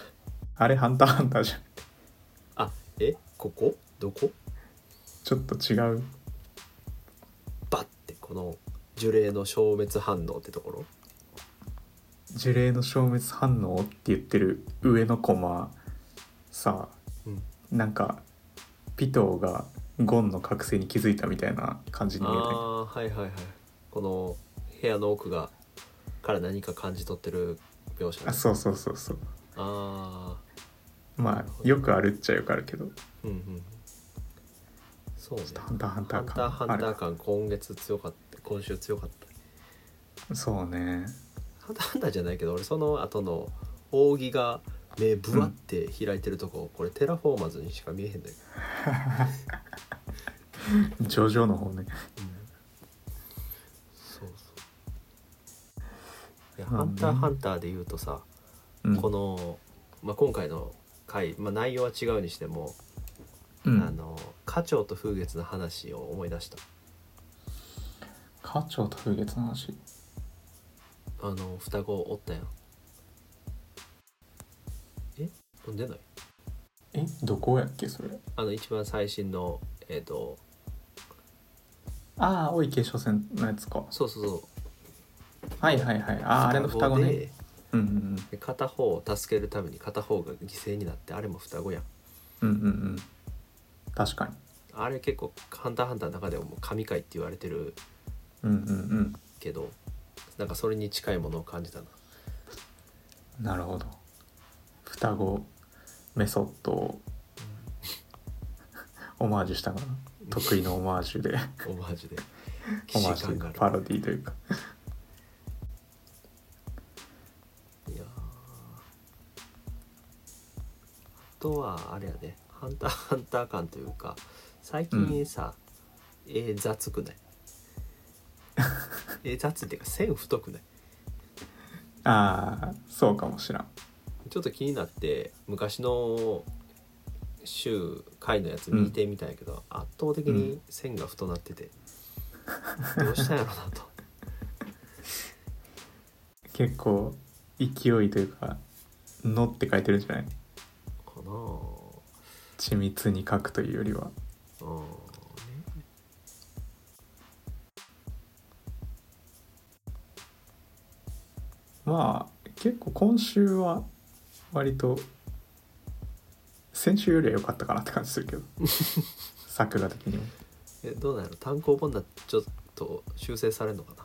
あれハンターハンターじゃん あえここどこちょっと違うバッてこの呪霊の消滅反応ってところ呪霊の消滅反応って言ってる上のコマさうんなんかピトーがゴンの覚醒に気づいたみたいな感じに見えたよああーはいはいはいこの部屋の奥がから何か感じ取ってる描写ねあそうそうそうそうあまあよくあるっちゃよくあるけどあうんうんそうね「ハンターハンターハン感」ターハンターあ感今月強かった今週強かったれそうねハンターハンターじゃないけど俺その後の扇が目ぶわって開いてるとこ、これテラフォーマーズにしか見えへんだけど、ジョジョの方ねそうそういや「まハあねンターハンター」で言うとさ、うんこの、まあ、今回の回、まあ、内容は違うにしても、うんあの花鳥と風月の話を思い出した課長と風月の話あの双子おったやんえ飲んでないえどこやっけそれあの一番最新のえっ、とああ大井継承戦のやつかそうそうそうはいはいはいあああれの双子でねうんうんで片方を助けるために片方が犠牲になってあれも双子やんうんうんうんうん確かにあれ結構「ハンターハンター」の中でももう神回って言われてるうんうんけどなんかそれに近いものを感じたなうんなるほど双子メソッドをオマージュしたかな得意のオマージュで オマージュで オ既マー視ジュとい感うがかあるパロディというかいやーあとはあれやね「ハンター ハンター」感というか最近さ、え 雑くないえ雑っていうか線太くないああそうかもしらんちょっと気になって昔の週回のやつ見てみたんやけど、圧倒的に線が太なってて、どうしたんやろな と結構勢いというか「の」って書いてるんじゃないかなあ緻密に書くというよりはうんまあ結構今週は割と先週よりは良かったかなって感じするけど 作画的にもえどうなんやろ単行本だとちょっと修正されるのかな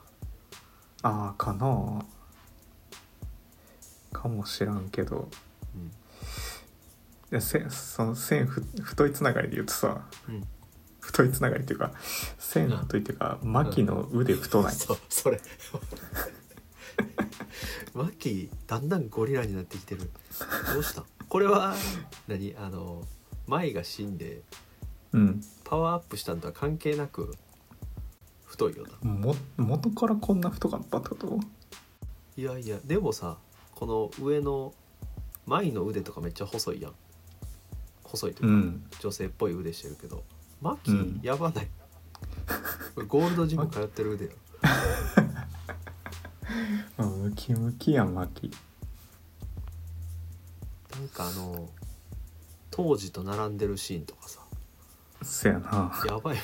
ああかなかもしらんけどいやせその線ふ太いつながりで言うとさうん、うん、太いつながりっていうか線太いっていうか牧の腕太ない、そうそれ マッキーだんだんゴリラになってきてるどうしたこれは何あのマイが死んでうんパワーアップしたんとは関係なく太いよなも元からこんな太かったってこといやいやでもさこの上のマイの腕とかめっちゃ細いやん細いというか、ん女性っぽい腕してるけどマキ、うんやばないこれゴールドジム通ってる腕よあムキムキやん牧なんかあの当時と並んでるシーンとかさそやなやばいも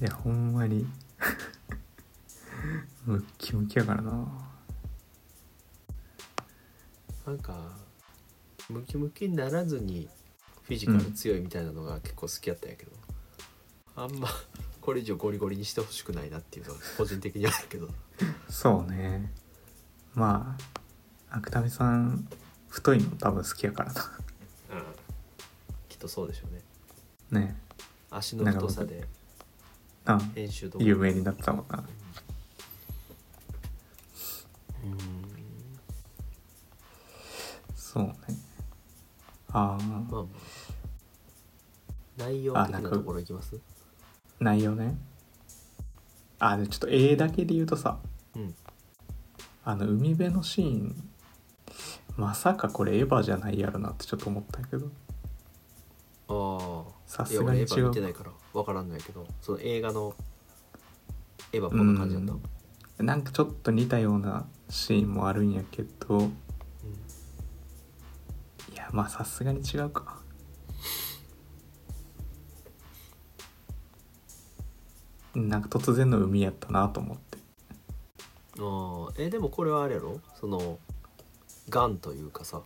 んいやほんまに ムキムキやからななんかムキムキにならずにフィジカル強いみたいなのが結構好きやったんやけど、あんまこれ以上ゴリゴリにしてほしくないなっていうのは個人的にはあるけどそうねまあ芥見さん太いの多分好きやからきっとそうでしょうねな ね足の太さであ編集とか有名になったもんなうんそうねああまあまあ内容あ的なんなかところいきます内容ねあでちょっと絵だけで言うとさうんあの海辺のシーンまさかこれエヴァじゃないやろなってちょっと思ったんやけどあさあいすやがに俺エ違ヴァ見てなういから分からんないけどその映画のエヴァこんな感じだったうんなんかちょっと似たようなシーンもあるんやけどうんいやまあさすがに違うかなんか突然の海やったなと思ってああえでもこれはあれやろそのがんというかさ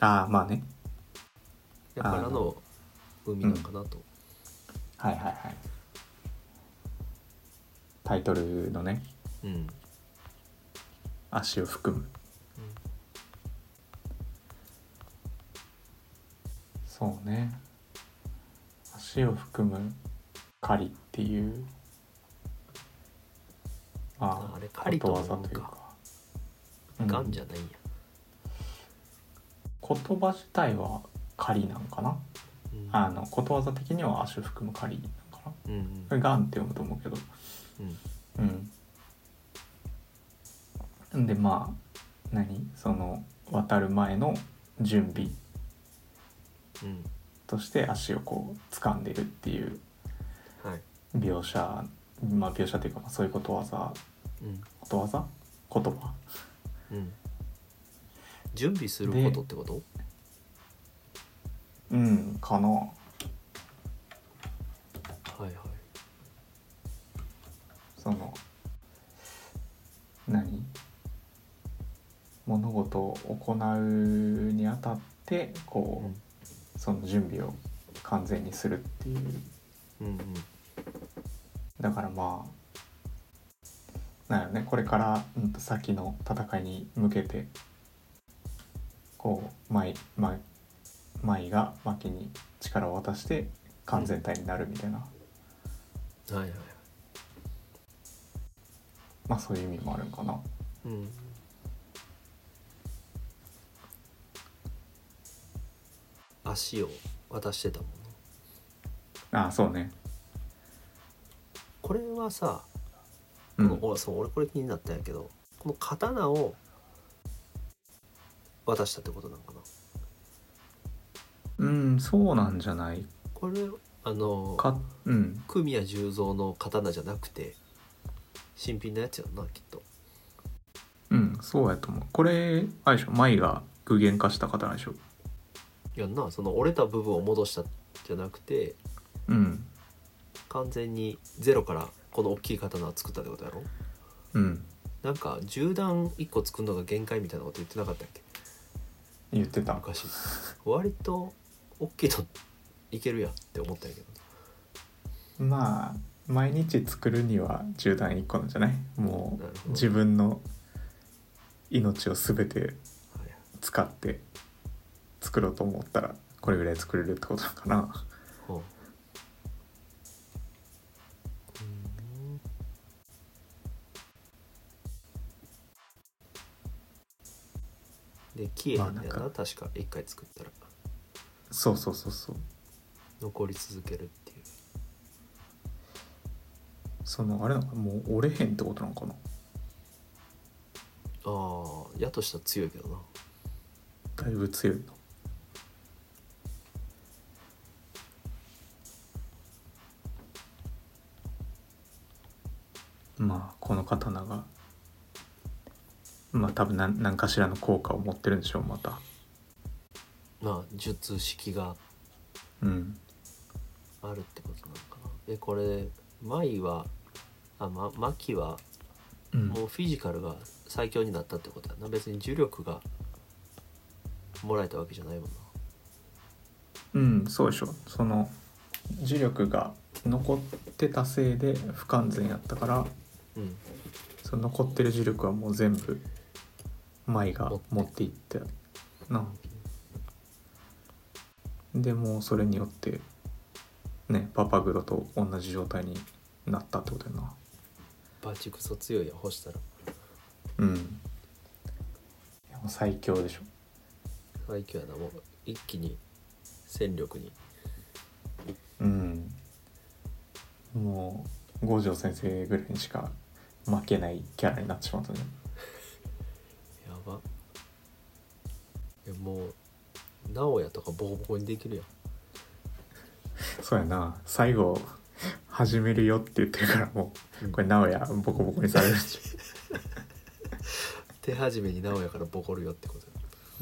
ああまあねやからの海なんかなと、はいはいはいタイトルのねうん足を含む、そうね足を含む狩りっていうまあれ狩りとは思うかことわざいうがんじゃゃないんや、言葉自体は狩りなんかな、うん、あのことわざ的には足を含む狩りなんかなうんこれガンって読むと思うけどうんうん。んでまあ何その渡る前の準備うんとして足をこう掴んでるっていうはい描写まあ描写というかまあそういうことわざうんことわざ言葉うん準備することってことうんかなはいはいその何物事を行うにあたってこうんうその準備を完全にするっていううんだからまあなんやろねこれから、うん、と先の戦いに向けてこう舞舞舞が牧に力を渡して完全体になるみたいな、うんはいはいまあそういう意味もあるんかなうん足を渡してたもんなああそうねこれはさうこのんおそう俺これ気になったんやけどこの刀を渡したってことなのかなうんそうなんじゃないこれあのかうん組や十三の刀じゃなくて新品のやつやんなきっとうんそうやと思うこれあれでしょ舞が具現化した方なんでしょやんなその折れた部分を戻したじゃなくてうん完全にゼロからこの大きい刀を作ったってことやろうんなんか銃弾1個作るのが限界みたいなこと言ってなかったっけ言ってた昔割と大きいのいけるやんって思ったんやけどまあ毎日作るには銃弾1個なんじゃないもなるほうど自分の命を全てはい使って作ろうと思ったらこれぐらい作れるってことかなほうで消えへんだよな,、まあなん確か1回作ったらそうそうそうそう残り続けるっていうそのあれなのかもう折れへんってことなのかなああやとしたら強いけどなだいぶ強いのまあこの刀がまあ多分何何かしらの効果を持ってるんでしょうまたまあ術式がうんあるってことなのかなでこれ舞はあまマキはうんもうフィジカルが最強になったってことやな別に呪力がもらえたわけじゃないもんなうんそうでしょその磁力が残ってたせいで不完全やったからうんその残ってる磁力はもう全部舞が持っていってなでもうそれによってねパパグロと同じ状態になったってことやなバチクソ強いやん干したらうんいやもう最強でしょ最強やなもう一気に戦力にうんもう五条先生ぐらいにしか負けないキャラになってしまったねやばいやもう直哉とかボコボコにできるやんそうやな最後始めるよって言ってるからもうんうこれ直哉ボコボコにされるし手始めに直哉からボコるよってこと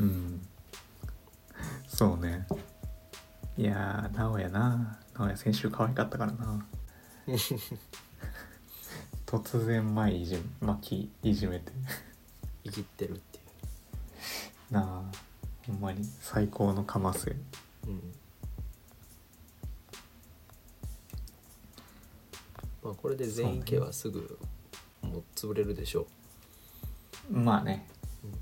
やうんそうねいやー直哉な直哉先週可愛かったから な突然前いじめ巻きいじめて生きってるっていなあほんまに最高のかませううんまあこれで全員家はすぐもう潰れるでしょうまあねうん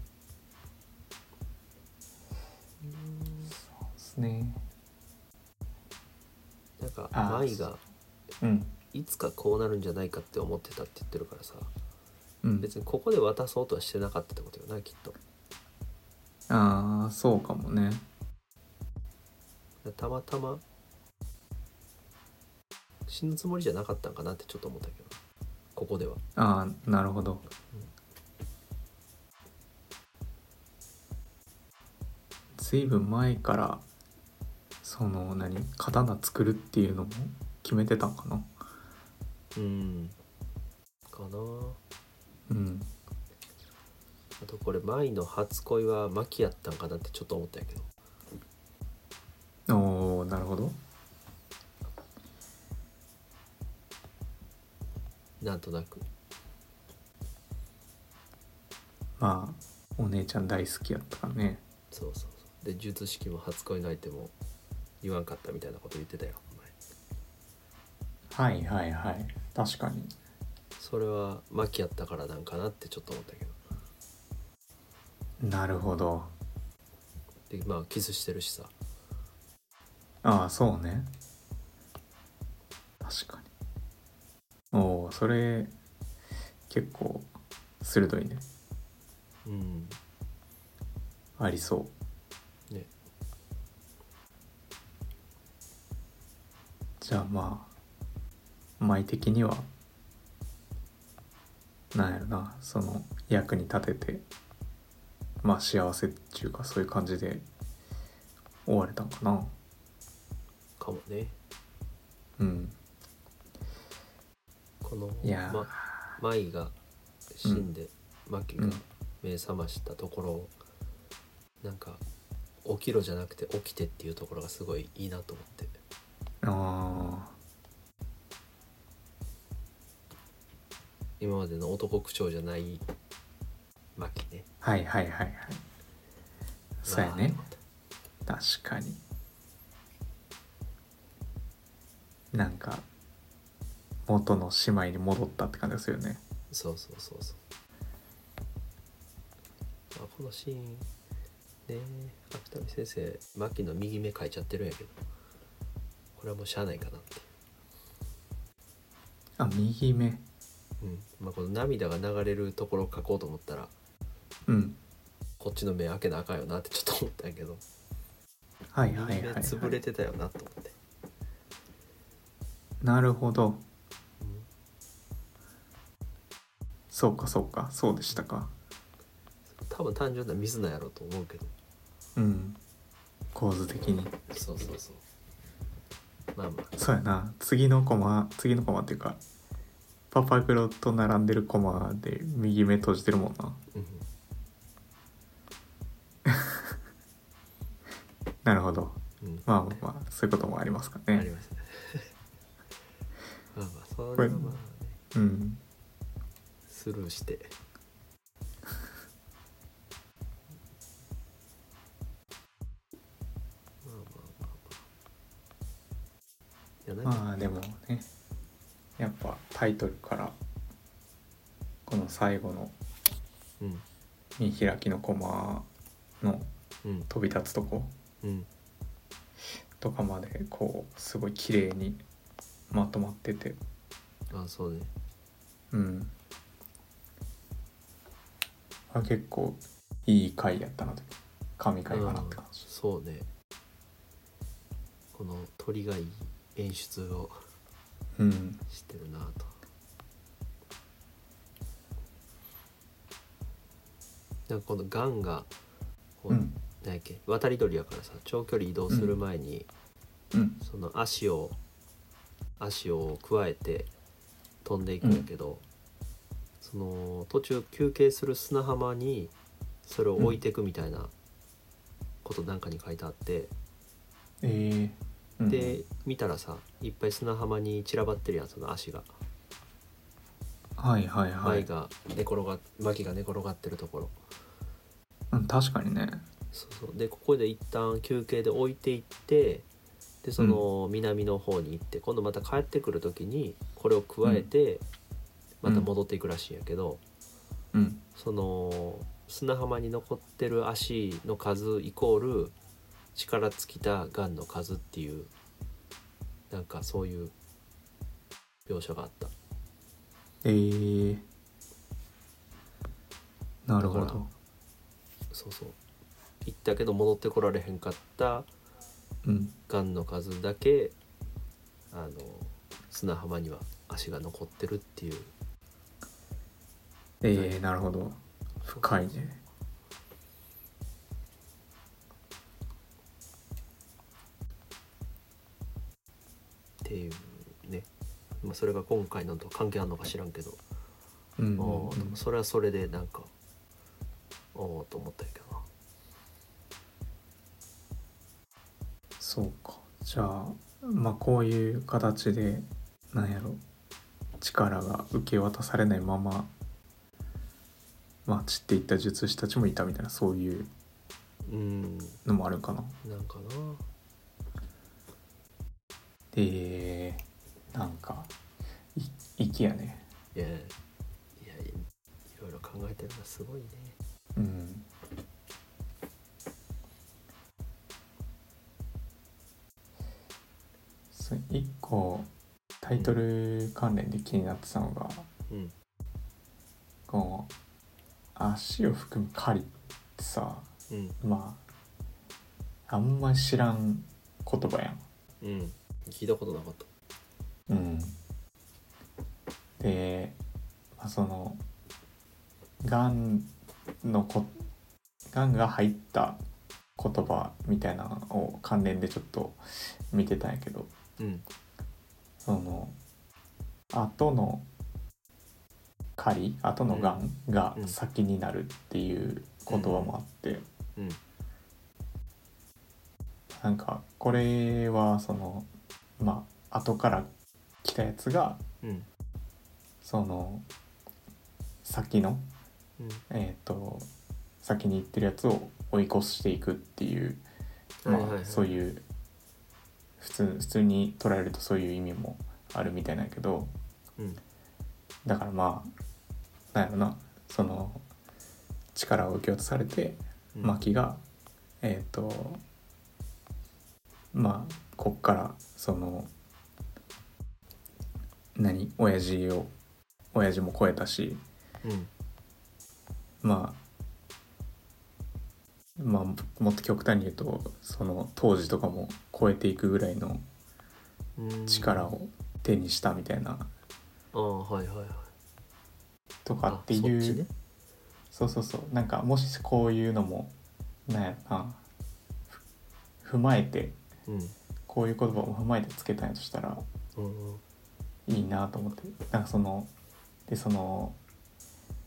そうですねなんかあー舞がうんいつかこうなるんじゃないかって思ってたって言ってるからさうん別にここで渡そうとはしてなかったってことよなきっとああそうかもねたまたま死ぬつもりじゃなかったんかなってちょっと思ったけどここではああなるほどずいぶん前からその何刀作るっていうのも決めてたんかなうんかなうんあとこれ舞の初恋はマキやったんかなってちょっと思ったんやけどおーなるほどなんとなくまあお姉ちゃん大好きやったからねそうそうそうで術式も初恋の相手も言わんかったみたいなこと言ってたよ前はいはいはい確かにそれはマキやったからなんかなってちょっと思ったけどなるほどでまあキスしてるしさああそうね確かにおおそれ結構鋭いねうんありそうねじゃあまあ舞的にはなんやろなその役に立ててまあ幸せっていうかそういう感じで終われたんかなかもねうんこのいやーま、舞が死んで、マキがうん目覚ましたところを、なんか起きろじゃなくて起きてっていうところがすごいいいなと思ってあ今までの男口調じゃないマキねーはいはいはいはいそうやわーねと思って確かになんか元の姉妹に戻ったって感じがするよねそうそうそうそう、まあ、このシーンね芥見先生マキの右目描いちゃってるんやけどこれはもうしゃあないかなってあ右目うんまあ、この涙が流れるところを書こうと思ったらうんこっちの目開けなあかんよなってちょっと思ったんやけどはい目はいはい、はい、潰れてたよなと思って、なるほどうんそうかそうかそうでしたか多分単純な水なんやろうと思うけどうん構図的にそうそうそうまあまあそうやな次のコマ次のコマっていうかパパグロと並んでるコマで右目閉じてるもんなうんなるほどうん、まあまあまあそういうこともありますかありねましたね まあまあそこれれはまあ、ね、うんスルーしてまあまあまあまあいやなんか、まあでもねやっぱタイトルからこの最後のうん見開きのコマのうん飛び立つとこうんとかまでこうすごい綺麗にまとまっててあそうねうんあ結構いい回やったなと神回かなって感じそうねこの鳥がいい演出をうんしてるなとなんかこのガンがこう、うん何やっけ渡り鳥やからさ長距離移動する前に、うんその足を足を加えて飛んでいくんやけど、その途中休憩する砂浜にそれを置いていくみたいなことなんかに書いてあって。ええで、見たらさいっぱい砂浜に散らばってるやんその足がはいはいは舞い、が寝転が巻が寝転がってるところうん、確かにねそうそうでここで一旦休憩で置いていってでその南の方に行って、今度また帰ってくる時にこれを加えて、うんまた戻っていくらしいんやけど、うんその砂浜に残ってる足の数イコール力尽きたがんの数っていうなんかそういう描写があった。えー、なるほだからどそうそう行ったけど戻ってこられへんかったうんがんの数だけあの砂浜には足が残ってるっていうえー、なるほど深いねっていうね、まあ、それが今回のと関係あるのか知らんけど、うんうんうおーでもんそれはそれでなんかおおと思ったんやけどなそうかじゃあまあこういう形でなんやろ力が受け渡されないまままあ散っていった術師たちもいたみたいなそういううんのもあるかななんかなでなんかい粋やねいやいやいろいろ考えてるのがすごいねうんそう一個タイトル関連で気になってたのが、うんこの足を含む狩りってさうんまああんま知らん言葉やん。うん聞いたことなかったうん、で、まあ、そのがんのこがんが入った言葉みたいなのを関連でちょっと見てたんやけどうんその後の狩り後のがんがうん先になるっていう言葉もあって、うんなんかこれはそのまあ後から来たやつがうんその先のうんえー、と先に行ってるやつを追い越していくっていう、まあはいはいはいそういう普通普通に捉えるとそういう意味もあるみたいなんやけどうんだからまあなんやろなその力を受け渡されてうんマキが、えっ、とまあこっからその何親父を親父も超えたしうんまあまあもっと極端に言うとその当時とかも超えていくぐらいのうん力を手にしたみたいなああはいはいはいとかっていうあそそ,、っちうねそうそうなんかもしこういうのもなんやろなふ踏まえてうんこういう言葉も踏まえてつけたんやとしたらうんいいなと思ってなんかそのでその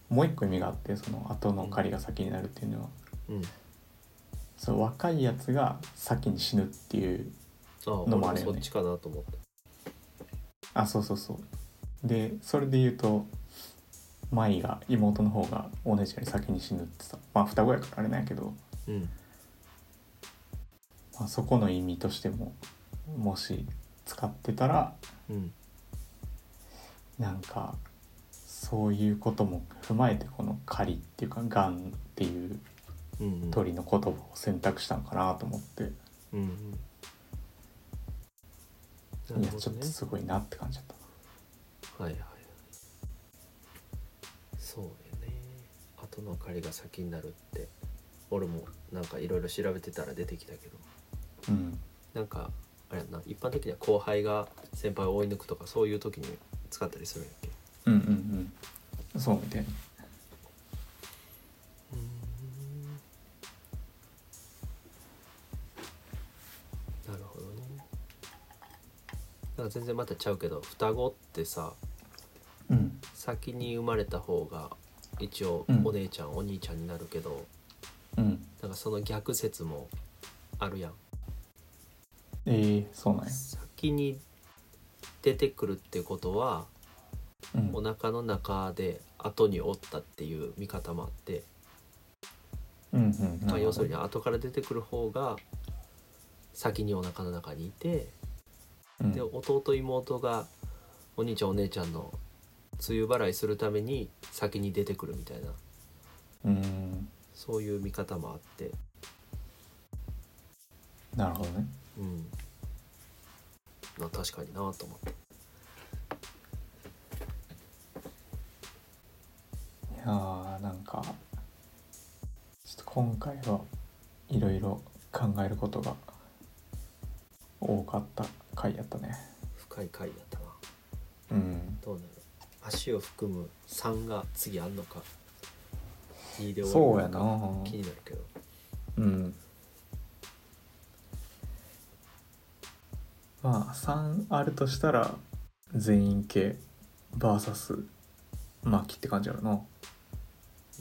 もう一個意味があってその後の借りが先になるっていうのは、うんその若いやつが先に死ぬっていうああの俺もあもるよねそっちかなと思ったあそうそうそうでそれで言うと舞が妹の方がお姉ちゃんに先に死ぬってさまあ双子やからあれなんやけど、うんまあ、そこの意味としてももし使ってたらうんなんかそういうことも踏まえてこの「狩り」っていうか「がん」っていううんうん鳥の言葉を選択したのかなと思って、うんうんないるやほちどょっねとすごいなって感じだった。はいはいそうやね後の借りが先になるって俺もなんかいろいろ調べてたら出てきたけどうんなんかあれやんな一般的には後輩が先輩を追い抜くとかそういう時に使ったりするんやっけうんうんうんそうみたいななるほどねなんか全然またちゃうけど双子ってさうん先に生まれた方が一応うんお姉ちゃん、お兄ちゃんになるけどうんなんかその逆説もあるやんえー、そうなんや、先に出てくるってことはうんお腹の中で後におったっていう見方もあって、うんうんまあ、要するにに後から出てくる方が先にお腹の中にいてで弟妹がお兄ちゃんお姉ちゃんの梅雨払いするために先に出てくるみたいなうんそういう見方もあって、なるほどねうん、まあ確かになと思っていやーなんかちょっと今回はいろいろ考えることが多かった回やったね深い回だったなうんどうなる足を含む3が次あんのか2で終そうわやるなのか気になるけどうんまあ3あるとしたら全員系 VS マキって感じやろなも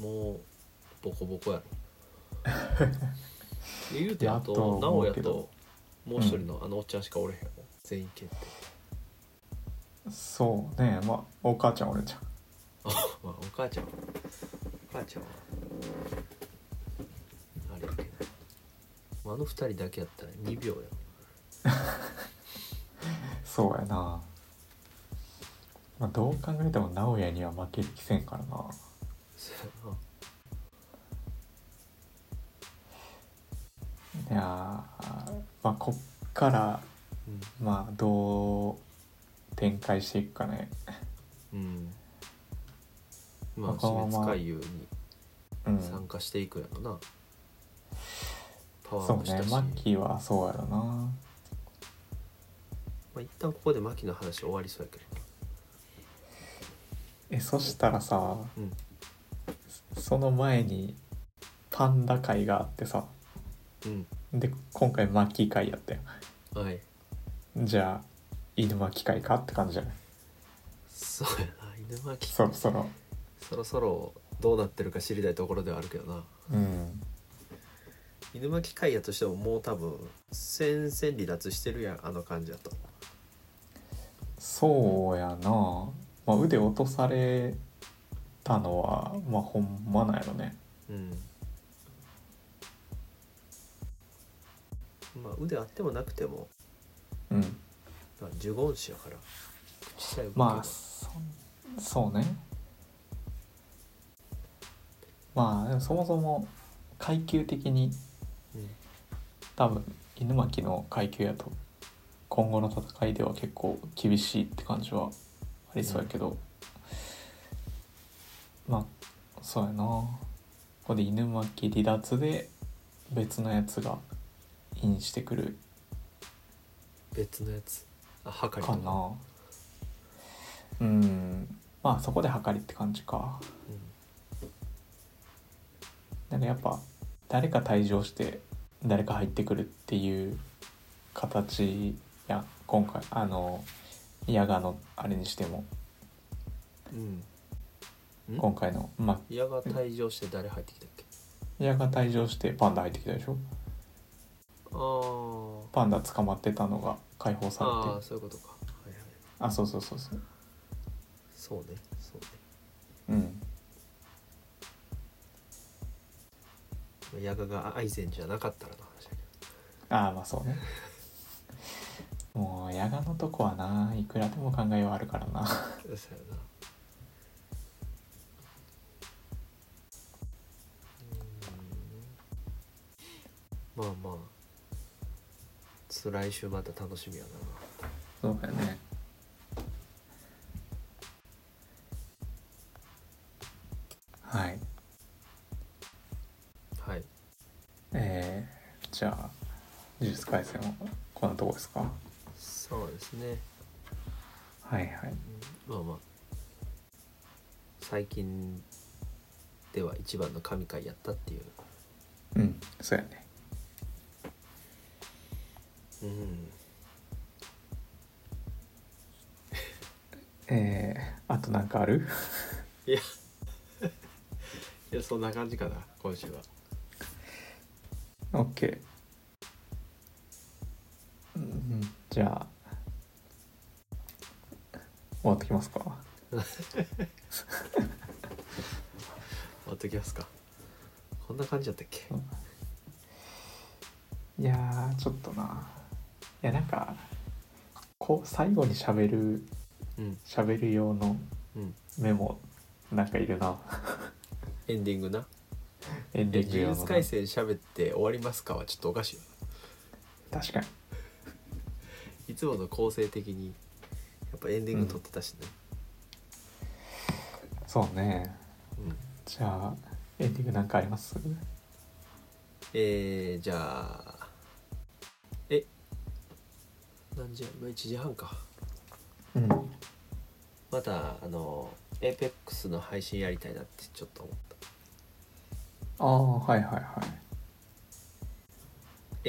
うボコボ コやろ言うてあやとと思直う哉けとどもう一人のあのおっちゃんしかおれへんもん全員決定そうねまあお母ちゃん俺ちゃんまあお母ちゃんはお母ちゃんはあれやけど、まあ、あの二人だけやったら2秒やそうやな、まあ、どう考えても直哉には負ける気せんからなろいやーまあこっからまあどう展開していくかねうん、うん、まあこのま死ま滅回遊にうん参加していくやろな、パワーアそッうプしたねし、マッキーはそうやろなまあ、一旦ここでマキの話終わりそうやけどなえそしたらさうんその前にパンダ会があってさうんで今回巻き会やったよはいじゃあ犬巻き会かって感じじゃないそうやな犬巻そろそろそろそろどうなってるか知りたいところではあるけどなうん犬巻会やとしてももう多分戦線離脱してるやんあの感じだとそうやな、まあ、腕落とされたのはまあほんまなんやろねうんまあ腕あってもなくても、うんまあ、呪言師やから口さえ動けばまあそそうねまあでもそもそも階級的にうん多分犬巻の階級やと今後の戦いでは結構厳しいって感じはありそうやけど、まあそうやなここで犬巻離脱で別のやつがインしてくる別のやつあはかりかなうんまあそこで測りって感じかなんかやっぱ誰か退場して誰か入ってくるっていう形やん今回あのヤガのあれにしてもうん、うん、今回のまあ矢が退場して誰入ってきたっけヤガ退場してパンダ入ってきたでしょあーパンダ捕まってたのが解放さあれーてそういうことか、はいはい、あそうそうそうそうそうねそううねん矢賀がアイゼンじゃなかったらの話だけああまあそう ねもうヤガのとこはないくらでも考えはあるからなどそうやなうーんまあまあつ来週また楽しみやなそうだよね。はい。はいえー、じゃあ、呪術廻戦はこんなとこですかそうですねはいはい。まあまあ最近では一番の神回やったっていううん、そうやね。うんえー、あとなんかあるいやいやそんな感じかな今週は ?OK。うん、じゃあ、終わってきますか終わっときますかこんな感じだったっけいやー、ちょっとな。いや、なんか、こう、最後に喋るうん喋る用のうんメモなんかいるなエンディングな エンえディング用呪の術廻戦喋って終わりますかはちょっとおかしいよ確かにいつもの構成的にやっぱエンディング撮ってたしね、そうねうんじゃあエンディングなんかありますえー、じゃあえ何時や今1時半かうんまたあの APEX の配信やりたいなってちょっと思ったああはいはいはい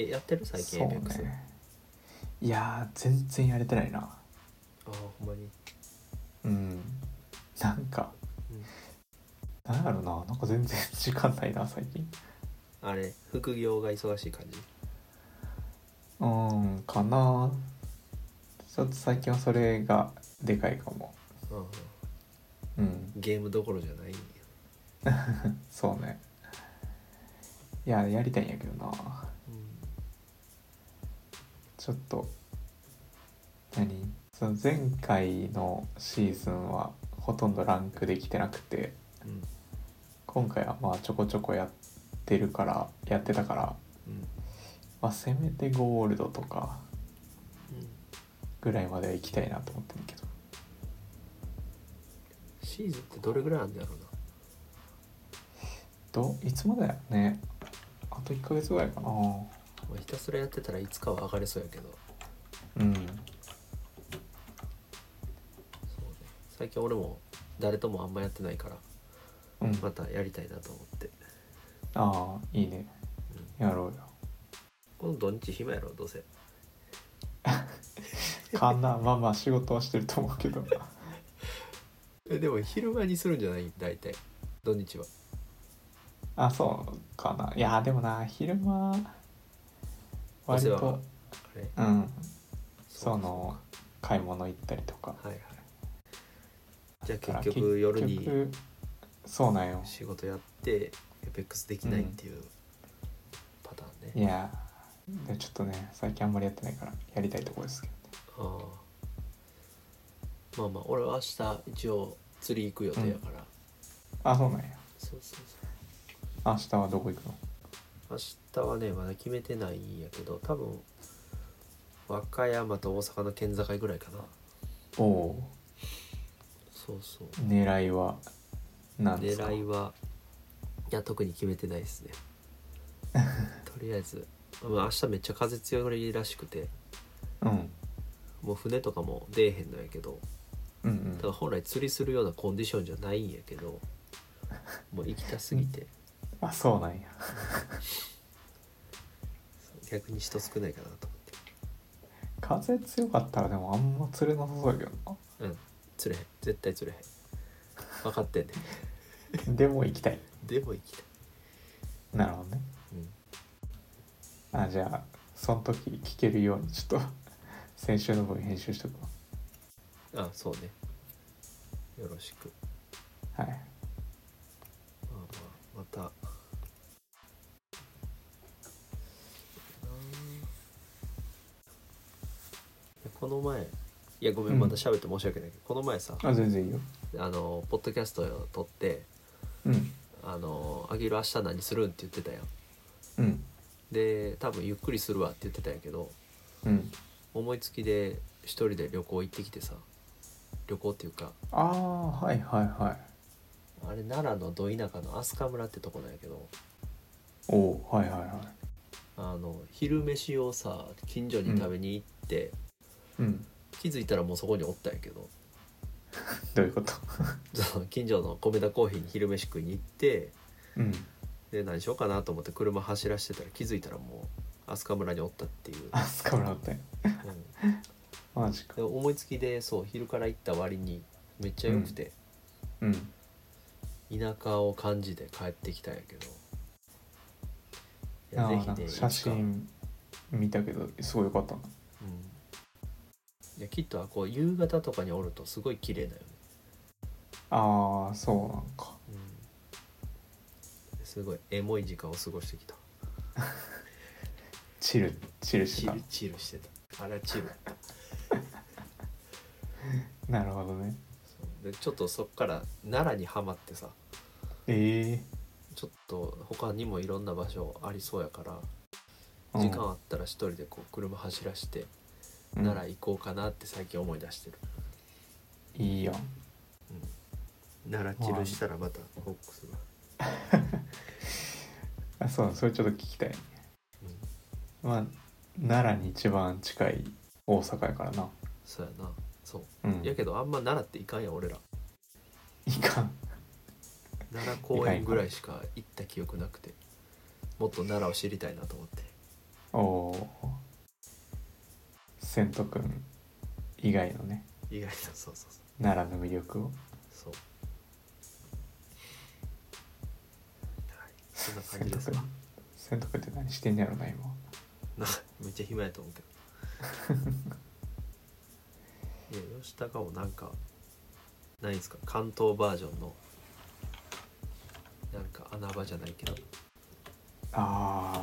えやってる最近そう APEX、ねいやー全然やれてないなああほんまにうんなんか、なんやろななんか全然時間ないな最近あれ副業が忙しい感じうんかなちょっと最近はそれがでかいかもうんうんうんゲームどころじゃないんやそうねいややりたいんやけどなちょっと何その前回のシーズンはほとんどランクできてなくてうんうん今回はまあちょこちょこやってるからやってたから、うんまあ、せめてゴールドとかうんぐらいまでは行きたいなと思ってるけどシーズンってどれぐらいあるんだろうなどういつまでだよねあと1ヶ月ぐらいかなまあ、ひたすらやってたらいつかは上がれそうやけどうんそうね最近俺も誰ともあんまやってないからううんまたやりたいなと思ってああいいねやろうよこの土日暇やろどうせかなまあまあ仕事はしてると思うけど えでも昼間にするんじゃない大体土日はあそうかないやでもな昼間お割世話がとあれうんうそかの買い物行ったりとかはいはいじゃあ結局夜結に局そうなんよ仕事やってエペックスできないっていうパターンね、いやでちょっとね最近あんまりやってないからやりたいところですけどああまあまあ俺は明日一応釣り行く予定やから、あそうなんやそうそうそう明日はどこ行くの明日はねまだ決めてないんやけど多分和歌山と大阪の県境ぐらいかなおおそうそうー狙いは何ですか狙いはいや特に決めてないです ねとりあえず、まあ、明日めっちゃ風強いらしくてうんもう船とかも出えへんのやけどうんたうだん本来釣りするようなコンディションじゃないんやけどもう行きたすぎてあそうなんや逆に人少ないかなと思って風強かったらでもあんま釣れなさそうやけどうん釣れへん絶対釣れへん分かってんねな でも行きたいでも行きたい、なるほどねうん、あじゃあその時聞けるようにちょっと 先週の分編集しとくあそうねよろしくわはいまあまあまたこの前いやごめうんんまた喋って申し訳ないけど、この前さあ全然いいよあのポッドキャストを撮ってうん「あのあげる明日何するん?」って言ってたやんうんで多分ゆっくりするわって言ってたんやけどうん思いつきで一人で旅行行ってきてさ旅行っていうかああはいはいはいあれ奈良のど田舎の飛鳥村ってとこなんやけどおおはいはいはあの昼飯をさ近所に食べに行って、いうん気づいたらもうそこにおったんやけど どういうこと その近所の米田コーヒーに昼飯食いに行ってうんで何しようかなと思って車走らしてたら気づいたらもう飛鳥村におったっていう、あスカブラってうんマジかで思いつきでそう昼から行った割にめっちゃ良くて、うん田舎を感じて帰ってきたんやけどいあやーなぜんひねか写いつか真見たけどすごいよかったなうんいやきっとはこう夕方とかにおるとすごい綺麗だよね、ああそうなんかうんすごいエモい時間を過ごしてきたチルチルしチたルチルしてたあれはチルなるほどねそうでちょっとそっから奈良にはまってさえちょっと他にもいろんな場所ありそうやからえー、時間あったら一人でこう車走らしてうん奈良行こうかなって最近思い出してる、いいやんうん、奈良チルしたらまた報告するわ、あそうそれちょっと聞きたいねうん、まあ奈良に一番近い大阪やからなそうやなそううんやけどあんま奈良っていかんやん俺らいかん奈良公園ぐらいしか行った記憶なくてもっと奈良を知りたいなと思っておお千斗くん以外のね意外と そうそうそう奈良の魅力をそうはい そんな感じですわ千斗くんって何してんねやろな今な めっちゃ暇やと思うけ どいや吉高もなんかないんすか関東バージョンのなんか穴場じゃないけどあ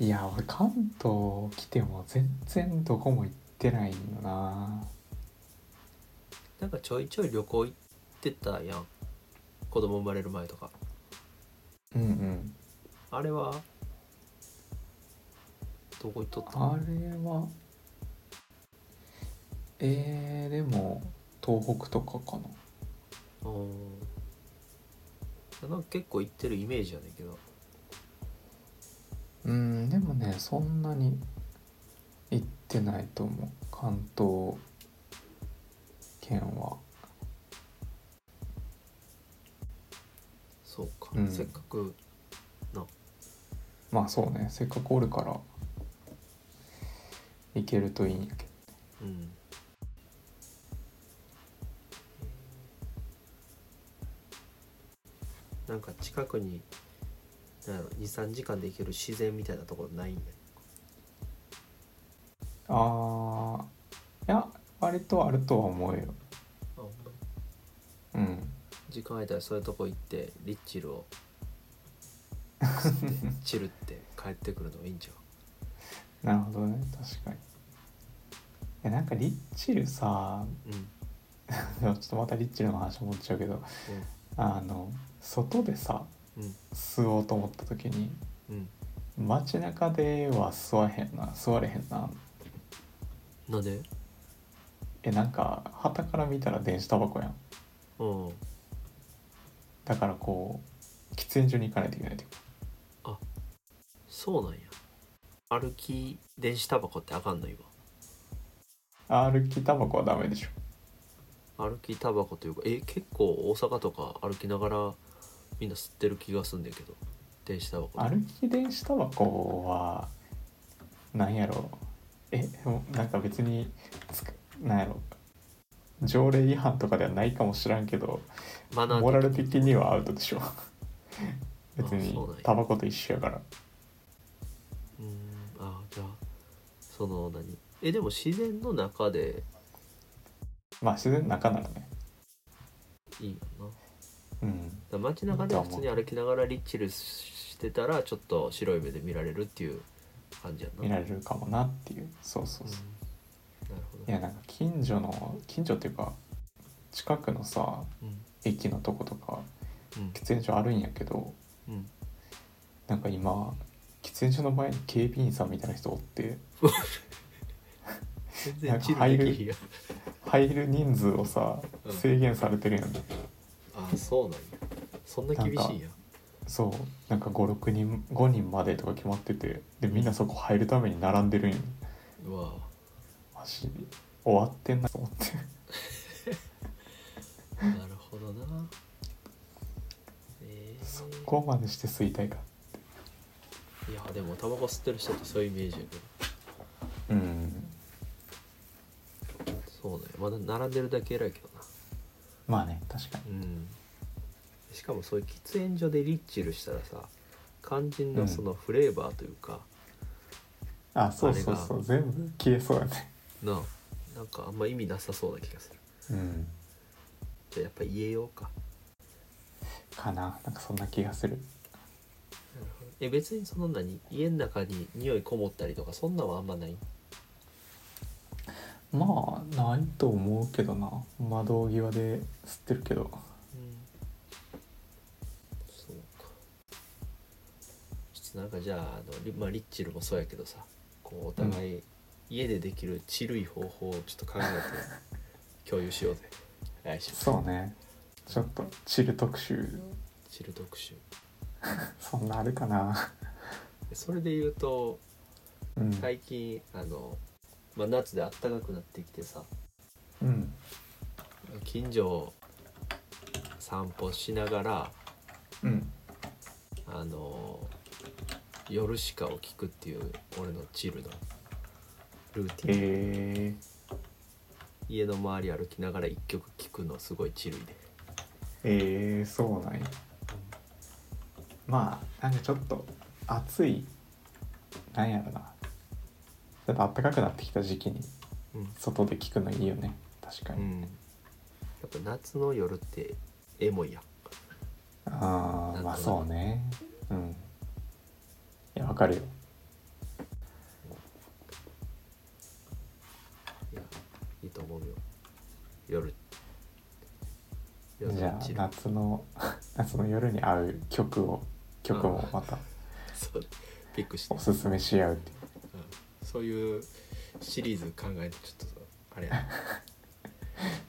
ーいや俺関東来ても全然どこも行ってないよななんかちょいちょい旅行行ってたやん子供生まれる前とかうんうんあれはどこ行っとったあれはえー、でも東北とかかなうんなんか結構行ってるイメージやねんけどうんでもねそんなに行ってないと思う関東圏はうんせっかくなまあそうねせっかくおるから行けるといいんやけどうんなんか近くになんやろ23時間で行ける自然みたいなところないんやあーいや割とあるとは思うようん時間空いたらそういうとこ行ってリッチ ルをチルって帰ってくるのがいいんちゃなるほどね確かにいやなんかリッチルさううんでもちょっとまたリッチルの話戻っちゃうけどあの外でさうん吸おうと思った時にうん街中では吸わへんな吸われへんななんでえなんか旗から見たら電子タバコやんうんだからこう喫煙所に行かないといけないってこそうなんや歩き電子タバコってあかんの今と歩きタバコはダメでしょ歩きタバコというかえ結構大阪とか歩きながらみんな吸ってる気がすんだけど電子タバコ歩き電子タバコはなんやろえでもなんか別につくなんやろ条例違反とかではないかもしらんけどマナー的にモラル的にはアウトで しょ別あにそうなんやタバコと一緒やからうーんあじゃあその何えでも自然の中でまあ自然の中ならねいいよなうんだから街中でどう普も通に歩きながらリッチルしてたらちょっと白い目で見られるっていう感じやな見られるかもなっていうそうそううんそう、なるほどいやなんか近所の近所っていうか近くのさうん駅のとことかうん喫煙所あるんやけどうんなんか今喫煙所の前に警備員さんみたいな人おってな全然んかチルできひんやん入る人数をさうん制限されてるやん、あそうなんやそんな厳しいんやそうなんか56人5人までとか決まっててでみんなそこ入るために並んでるんようわマジ終わってんなと思ってなるほどなえそー、こまでして吸いたいかいやでもタバコ吸ってる人ってそういうイメージやけどうんそうねまだ並んでるだけ偉いけどなまあね確かにうんしかもそういう喫煙所でリッチルしたらさ肝心うのんそのフレーバーというか、あそうそうそう全部消えそうやねなあなんかあんま意味なさそうな気がするうんじゃあやっぱ言えようか かななんかそんな気がするえ別にその何家の中に匂いこもったりとかそんなんはあんまないまあないと思うけどな窓際で吸ってるけどうんそうかちょっとなんかじゃああのリ,、まあ、リッチルもそうやけどさこうお互い家でできるちるい方法をちょっと考えて共有しようぜ来週そうねちょっとチル特集チル特集そんなあるかなそれで言うとうん、最近あの、まあ、夏で暖かくなってきてさうん近所を散歩しながらうんあの夜しかを聞くっていう俺のチルのルーティンえー、家の周り歩きながら一曲聴くのすごいチルいでえー、そうなんやまあなんかちょっと暑いなんやろなちょっと暖かくなってきた時期にうん、外で聞くのいいよね確かうに、ん、やっぱ夏の夜ってエモいやんああまあそうねうんいやわかるよいやいいと思うよ夜夜じゃのあチル夏の 夏の夜に合う曲を曲もまたそうピックしておすすめし合うっていうそういうシリーズ考えてちょっと あれやな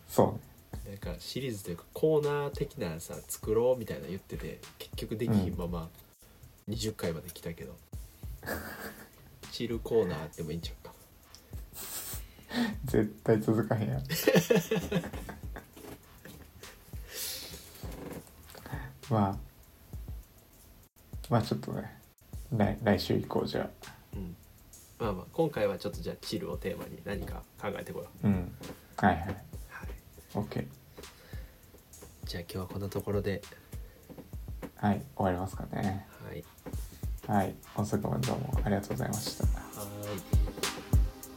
そなんかシリーズというかコーナー的なさ作ろうみたいな言ってて結局できひんまま20回まで来たけ ど、チルコーナーあってもいいんちゃうかうね絶対続かへん やんまあまあちょっとね来来週以降じゃあうんまあまあ今回はちょっとじゃあチルをテーマに何か考えてこよう、うんはいはいはい、 OK じゃあ今日はこんなところではい終わりますかねはいはい遅くまでどうもありがとうございましたは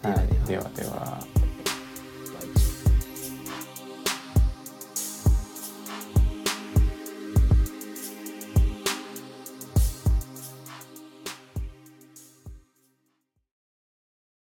いはではではいではでは